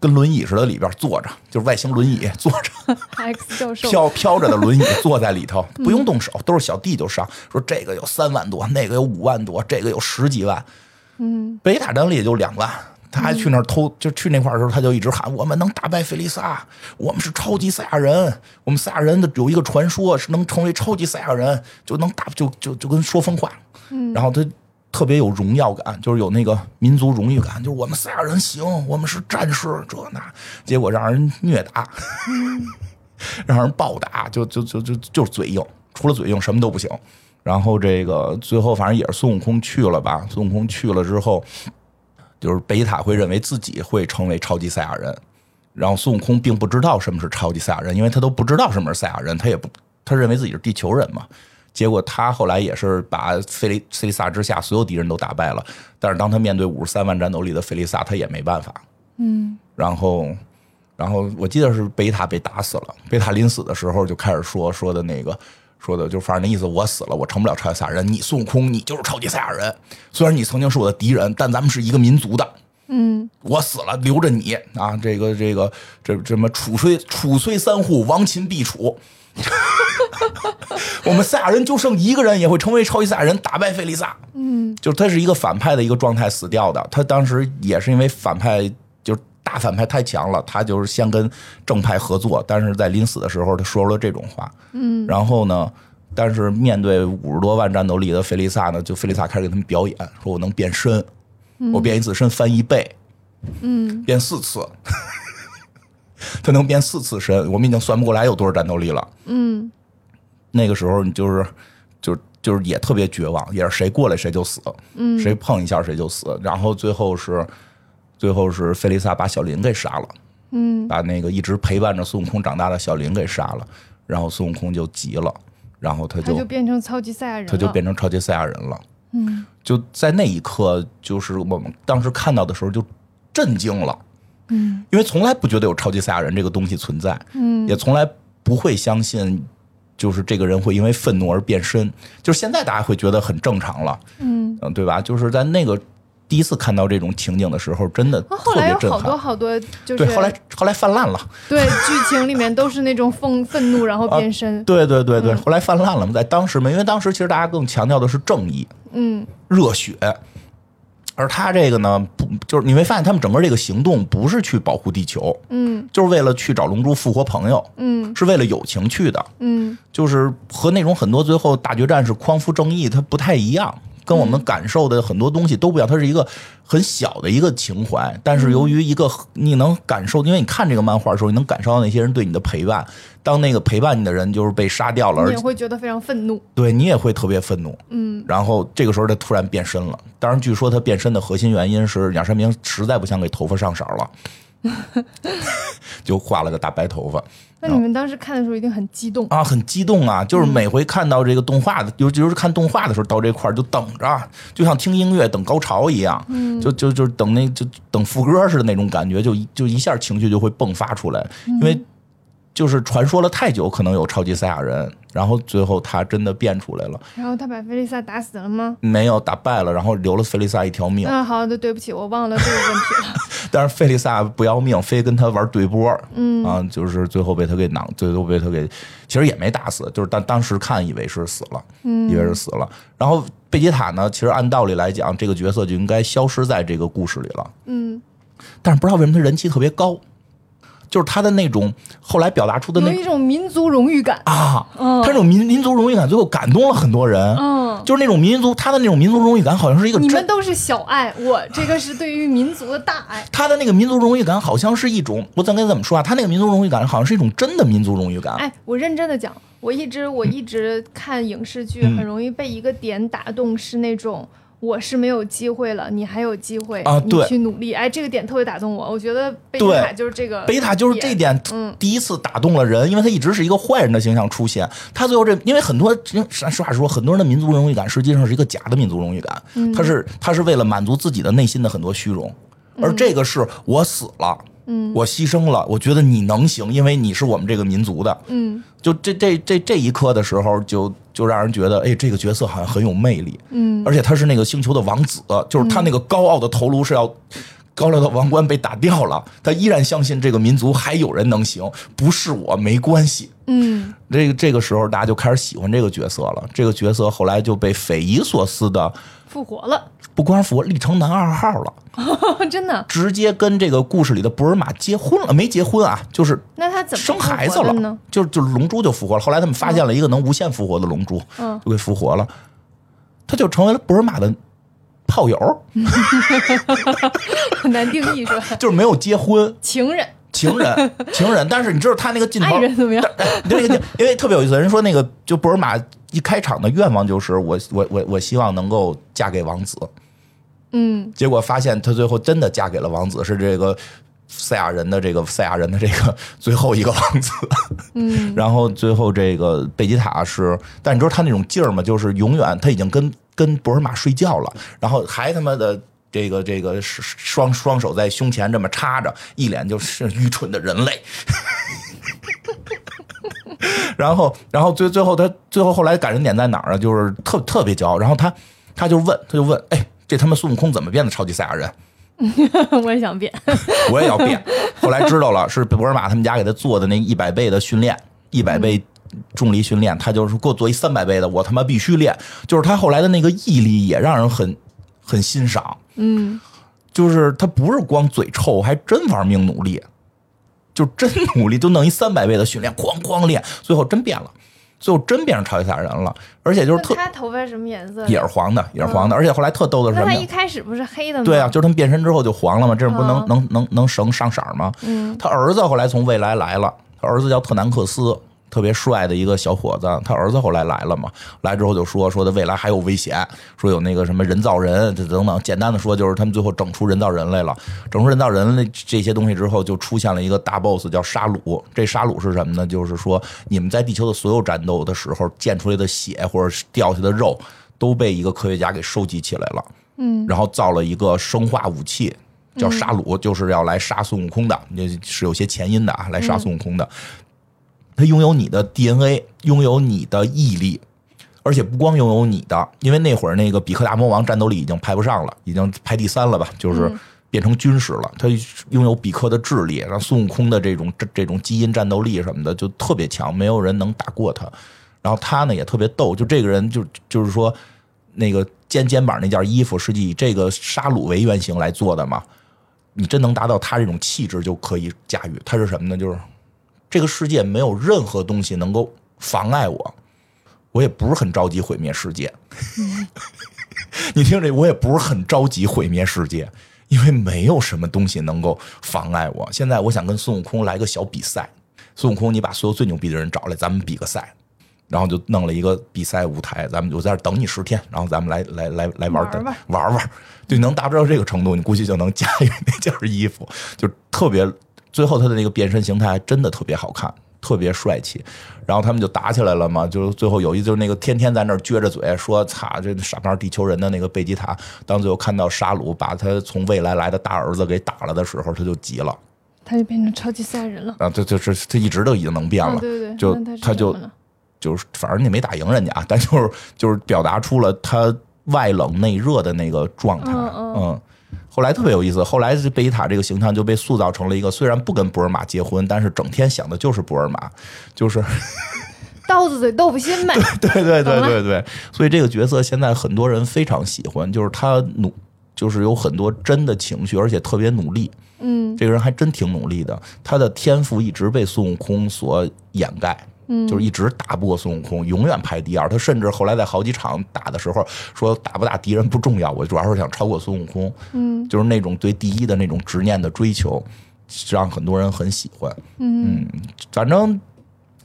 跟轮椅似的里边坐着，就是外星轮椅，坐着
X 教授，
飘飘着的轮椅坐在里头，不用动手，都是小弟就上。说这个有三万多，那个有五万多，这个有十几万。
嗯，
贝塔战力也就两万。他还去那儿偷，就去那块儿的时候，他就一直喊：“我们能打败菲利萨，我们是超级赛亚人，我们赛亚人的有一个传说是能成为超级赛亚人，就能打，就就就跟说疯话。”然后他特别有荣耀感，就是有那个民族荣誉感，就是我们赛亚人行，我们是战士，这那，结果让人虐打，让人暴打，就就就就就是嘴硬，除了嘴硬什么都不行。然后这个最后反正也是孙悟空去了吧，孙悟空去了之后，就是贝吉塔会认为自己会成为超级赛亚人，然后孙悟空并不知道什么是超级赛亚人，因为他都不知道什么是赛亚人，他也不他认为自己是地球人嘛。结果他后来也是把菲利菲利萨之下所有敌人都打败了，但是当他面对五十三万战斗力的菲利萨，他也没办法。
嗯，
然后，然后我记得是贝塔被打死了。贝塔临死的时候就开始说说的那个说的，就反正那意思，我死了，我成不了超级赛亚人，你孙悟空，你就是超级赛亚人。虽然你曾经是我的敌人，但咱们是一个民族的。
嗯，
我死了留着你啊！这个这个这这什么楚虽楚虽三户，亡秦必楚。 我们赛亚人就剩一个人，也会成为超级赛亚人，打败费利萨。嗯，就是他是一个反派的一个状态死掉的。他当时也是因为反派就是大反派太强了，他就是先跟正派合作，但是在临死的时候他说了这种话。嗯，然后呢？但是面对五十多万战斗力的费利萨呢，就费利萨开始给他们表演，说我能变身，我变一次身翻一倍，变四次， 他能变四次身，我们已经算不过来有多少战斗力了。嗯，那个时候你就是就就是也特别绝望，也是谁过来谁就死，嗯，谁碰一下谁就死。然后最后是最后是菲利萨把小林给杀了，嗯，把那个一直陪伴着孙悟空长大的小林给杀了，然后孙悟空就急了，然后他
他
就
就变成超级赛亚人了，
他就变成超级赛亚人了。嗯，就在那一刻，就是我们当时看到的时候就震惊了。嗯，因为从来不觉得有超级赛亚人这个东西存在，嗯，也从来不会相信，就是这个人会因为愤怒而变身。就是现在大家会觉得很正常了，嗯对吧？就是在那个第一次看到这种情景的时候，真的
啊。后
特
来
别
有
震
好多
撼。
好多，就是
对，后来后来泛滥了，
对剧情里面都是那种愤愤怒然后变身，
啊对对对
嗯
对，后来泛滥了嘛，在当时嘛，因为当时其实大家更强调的是正义，
嗯
热血。而他这个呢，不就是你会发现他们整个这个行动不是去保护地球，
嗯
就是为了去找龙珠复活朋友，
嗯
是为了友情去的，
嗯
就是和那种很多最后大决战是匡扶正义，它不太一样，跟我们感受的很多东西都不一样。它是一个很小的一个情怀，但是由于一个你能感受，因为你看这个漫画的时候，你能感受到那些人对你的陪伴。当那个陪伴你的人就是被杀掉了，
你
而
也会觉得非常愤怒，
对你也会特别愤怒，嗯，然后这个时候他突然变身了。当然，据说他变身的核心原因是杨山明实在不想给头发上色了，就画了个大白头发
那你们当时看的时候一定很激动，
啊，很激动啊！就是每回看到这个动画的，尤其是看动画的时候，到这块儿就等着，啊就像听音乐等高潮一样，就就就等那就等副歌似的那种感觉，就一就一下情绪就会迸发出来，因为就是传说了太久，可能有超级赛亚人，然后最后他真的变出来了，
然后他把菲利萨打死了吗？
没有打败了，然后留了菲利萨一条命。
嗯，好的，对不起，我忘了这个问题了。
但是费利萨不要命，非跟他玩对波，嗯啊，就是最后被他给囊，最后被他给，其实也没打死，就是当当时看以为是死了，
嗯
以为是死了。然后贝吉塔呢，其实按道理来讲，这个角色就应该消失在这个故事里了，
嗯，
但是不知道为什么他人气特别高，就是他的那种后来表达出的
有
那
一种民族荣誉感。
啊，他那种民民族荣誉感，最后感动了很多人，
嗯，
就是那种民族他的那种民族荣誉感，好像是一个
你
真
们都是小爱，我这个是对于民族的大爱。
他的那个民族荣誉感好像是一种，我怎该怎么说啊？他那个民族荣誉感好像是一种真的民族荣誉感。啊
哎，我认真的讲，我一直我一直看影视剧，
嗯
很容易被一个点打动，是那种。我是没有机会了，你还有机会
啊对
你去努力。哎，这个点特别打动我，我觉得贝
对
塔就是这个
贝塔就是这点
嗯
第一次打动了人，因为他一直是一个坏人的形象出现。他最后这，因为很多实话实说，很多人的民族荣誉感实际上是一个假的民族荣誉感，
嗯
他是他是为了满足自己的内心的很多虚荣，
嗯
而这个是我死了，嗯，我牺牲了，我觉得你能行，因为你是我们这个民族的，
嗯
就这这这这一刻的时候就，就让人觉得，哎，这个角色好像很有魅力，
嗯，
而且他是那个星球的王子，就是他那个高傲的头颅是要。高傲的王冠被打掉了，他依然相信这个民族还有人能行，不是我没关系。
嗯
这个这个时候，大家就开始喜欢这个角色了。这个角色后来就被匪夷所思的，
复活了，
不光是我立成男二号了，
真的。
直接跟这个故事里的布尔玛结婚了。没结婚啊，就是
那他怎么
生孩子
复活
了
的呢？，
就就龙珠就复活了。后来他们发现了一个能无限复活的龙珠，
嗯
就给复活了，他就成为了布尔玛的炮友，
很难定义 是吧？
就是没有结婚，
情人、
情人，情人。但是你知道他那个镜头
爱，人怎么样？
那个镜因为特别有意思，人说那个就布尔玛一开场的愿望就是我我我我希望能够嫁给王子，
嗯，
结果发现她最后真的嫁给了王子，是这个赛亚人的这个赛亚人的这个最后一个王子。嗯，然后最后这个贝吉塔是，但你知道他那种劲儿吗？就是永远他已经跟跟博尔玛睡觉了，然后还他妈的。这个这个是双双手在胸前这么插着，一脸就是愚蠢的人类。然后，然后最最后他最后后来感人点在哪儿啊？就是特特别骄傲。然后他他就问，他就问，哎，这他妈孙悟空怎么变的超级赛亚人？
我也想变。
我也要变。后来知道了，是博尔玛他们家给他做的那一百倍的训练，一百倍重力训练，他就是给我做一三百倍的，我他妈必须练。就是他后来的那个毅力也让人很很欣赏，
嗯，
就是他不是光嘴臭，还真玩命努力，就真努力，就弄一三百倍的训练，哐哐练，最后真变了，最后真变成超级赛亚人了，而且就是
那
特。
他头发什么颜色？
也是黄的，也是黄的，而且后来特逗的是
那
什
他
么呀？
一开始不是黑的吗？
对啊，，就是他们变身之后就黄了嘛，这样不能、
哦
能能能省上色儿吗？
嗯
他儿子后来从未来来了，他儿子叫特南克斯，特别帅的一个小伙子。他儿子后来来了嘛，来之后就说说的未来还有危险，说有那个什么人造人这等等。简单的说就是他们最后整出人造人来了，整出人造人类这些东西之后，就出现了一个大 boss 叫沙鲁。这沙鲁是什么呢？就是说你们在地球的所有战斗的时候溅出来的血或者是掉下的肉，都被一个科学家给收集起来了。
嗯，
然后造了一个生化武器，叫沙鲁，就是要来杀孙悟空的，那是有些前因的啊，来杀孙悟空的。他拥有你的 DNA，拥有你的毅力，而且不光拥有你的，因为那会儿那个比克大魔王战斗力已经排不上了，已经排第三了吧，就是变成军师了。他拥有比克的智力，然后孙悟空的这种这这种基因战斗力什么的就特别强，没有人能打过他。然后他呢也特别逗，就这个人就就是说那个肩肩膀那件衣服是以这个沙鲁为原型来做的嘛。你真能达到他这种气质，就可以驾驭。他是什么呢？就是这个世界没有任何东西能够妨碍我，我也不是很着急毁灭世界。你听这，我也不是很着急毁灭世界，因为没有什么东西能够妨碍我。现在我想跟孙悟空来个小比赛，孙悟空，你把所有最牛逼的人找来，咱们比个赛。然后就弄了一个比赛舞台，咱们我在这儿等你十天，然后咱们来来来来玩儿
玩儿吧
玩儿玩儿，对，能达不到这个程度，你估计就能驾驭那件儿衣服，就特别。最后他的那个变身形态还真的特别好看，特别帅气。然后他们就打起来了嘛，就是最后有一就是那个天天在那儿撅着嘴说“擦，这傻逼地球人”的那个贝吉塔，当最后看到沙鲁把他从未来来的大儿子给打了的时候，他就急了。
他就变成超级赛亚人了。
啊，这就是他一直都已经能变
啊，
了，
对对对，
就
那
他
他是
就
什么了
就是反正你没打赢人家啊，但就是就是表达出了他外冷内热的那个状态。
嗯嗯
后来特别有意思，后来这贝吉塔这个形象就被塑造成了一个虽然不跟博尔玛结婚，但是整天想的就是博尔玛，就是
刀子嘴豆腐心呗。
对对
懂
对
了
对对，所以这个角色现在很多人非常喜欢，就是他努。就是有很多真的情绪，而且特别努力。
嗯
这个人还真挺努力的，他的天赋一直被孙悟空所掩盖。
嗯，
就是一直打不过孙悟空，永远排第二。他甚至后来在好几场打的时候说，打不打敌人不重要，我主要是想超过孙悟空，
嗯
就是那种对第一的那种执念的追求，让很多人很喜欢。
嗯
嗯，反正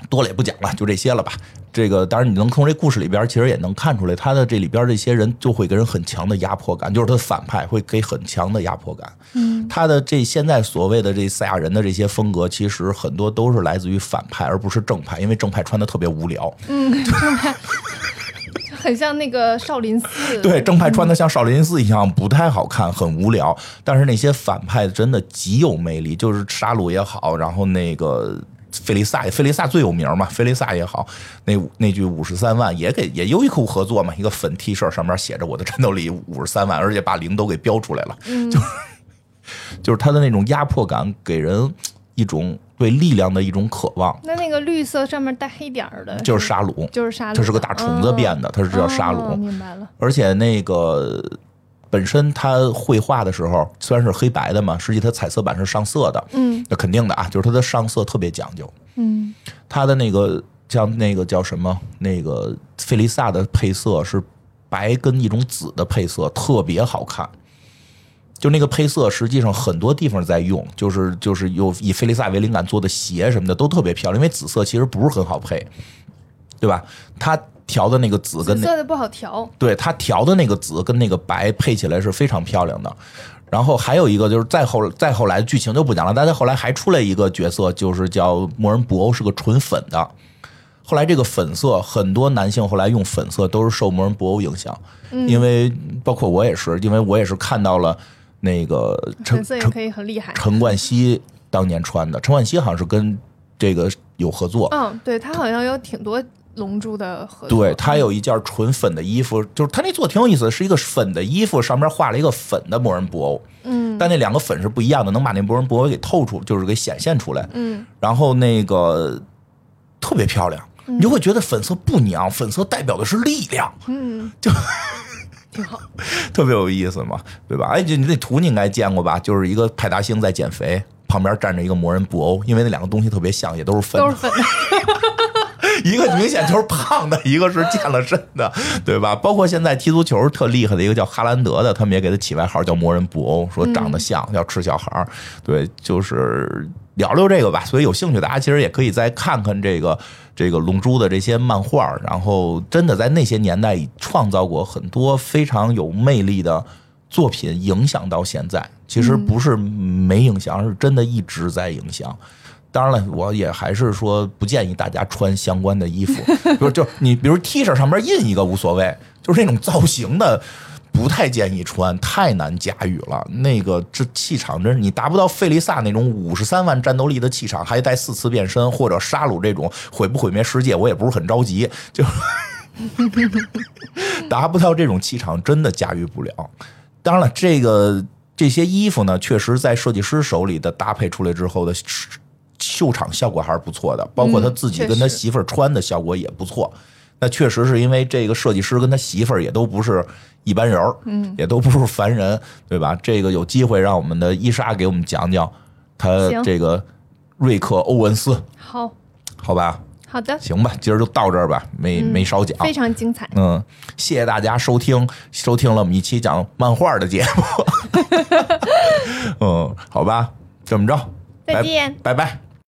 多了也不讲了，就这些了吧。这个当然，你能从这故事里边，其实也能看出来，他的这里边这些人就会给人很强的压迫感，就是他的反派会给很强的压迫感。
嗯
他的这现在所谓的这赛亚人的这些风格，其实很多都是来自于反派，而不是正派，因为正派穿的特别无聊。
嗯，正派，就很像那个少林寺。
对，正派
嗯
穿的像少林寺一样不太好看，很无聊。但是那些反派真的极有魅力，就是沙鲁也好，然后那个。菲利萨，菲利萨最有名嘛，菲利萨也好，那那句五十三万也给也优衣库合作嘛，一个粉 T 恤上面写着我的战斗力五十三万，而且把零都给标出来了，
嗯
就是他的那种压迫感给人一种对力量的一种渴望，
那那个绿色上面带黑点儿的，
就是沙鲁，
就是沙鲁，
它是个大虫子变
的，
的，它是叫沙鲁。
嗯哦明白了，
而且那个本身他绘画的时候虽然是黑白的嘛，实际它彩色版是上色的，
嗯
那肯定的啊，就是它的上色特别讲究。
嗯
它的那个像那个叫什么，那个费利萨的配色是白跟一种紫的配色，特别好看。就那个配色，实际上很多地方在用，就是就是有以菲利萨为灵感做的鞋什么的都特别漂亮，因为紫色其实不是很好配，对吧？它调的那个紫跟
紫
那
色的不好调，
对它调的那个紫跟那个白配起来是非常漂亮的。然后还有一个就是再后再后来剧情就不讲了，但再后来还出来一个角色，就是叫莫人布欧，是个纯粉的。后来这个粉色，很多男性后来用粉色都是受摩人布欧影响，因为包括我也是，因为我也是看到了那个陈
粉色也
陈
可以很厉害。
陈冠希当年穿的，陈冠希好像是跟这个有合作，
嗯，对，它好像有挺多龙珠的嗯合作。
对，他有一件纯粉的衣服，就是他那做挺有意思的，是一个粉的衣服，上面画了一个粉的魔人布欧，
嗯
但那两个粉是不一样的，能把那魔人布欧给透出，就是给显现出来。
嗯
然后那个呃特别漂亮，你就会觉得粉色不娘，粉色代表的是力量，
嗯，
就
挺 好。
特别有意思嘛，对吧？哎，就你那图你应该见过吧？就是一个派大星在减肥，旁边站着一个魔人布欧，因为那两个东西特别像，也都是粉
都是粉的，
一个明显就是胖的，一个是健了身的，对吧？包括现在踢足球特厉害的一个叫哈兰德的，他们也给他起外号叫“魔人布欧”，说长得像，要吃小孩儿。对，就是聊聊这个吧。所以有兴趣，大家其实也可以再看看这个这个《龙珠》的这些漫画儿，然后真的在那些年代创造过很多非常有魅力的作品，影响到现在。其实不是没影响，而是真的一直在影响。当然了，我也还是说不建议大家穿相关的衣服， 比如就是你比如 T 恤上面印一个无所谓，就是那种造型的。不太建议穿，太难驾驭了。那个这气场真是，你达不到费利萨那种五十三万战斗力的气场，还带四次变身，或者沙鲁这种毁不毁灭世界，我也不是很着急。就是达不到这种气场，真的驾驭不了。当然了，这个这些衣服呢，确实在设计师手里的搭配出来之后的秀场效果还是不错的，包括他自己
嗯确
跟他
实
媳妇儿穿的效果也不错。那确实是因为这个设计师跟他媳妇儿也都不是一般人儿，嗯，也都不是凡人，对吧？这个有机会让我们的伊莎给我们讲讲他
行
这个瑞克·欧文斯，
好
好吧？
好的，
行吧，今儿就到这儿吧，没、没少讲。
嗯非常精彩。
嗯，谢谢大家收听，收听了我们一期讲漫画的节 目。嗯，好吧，这么着，
再见
拜拜拜。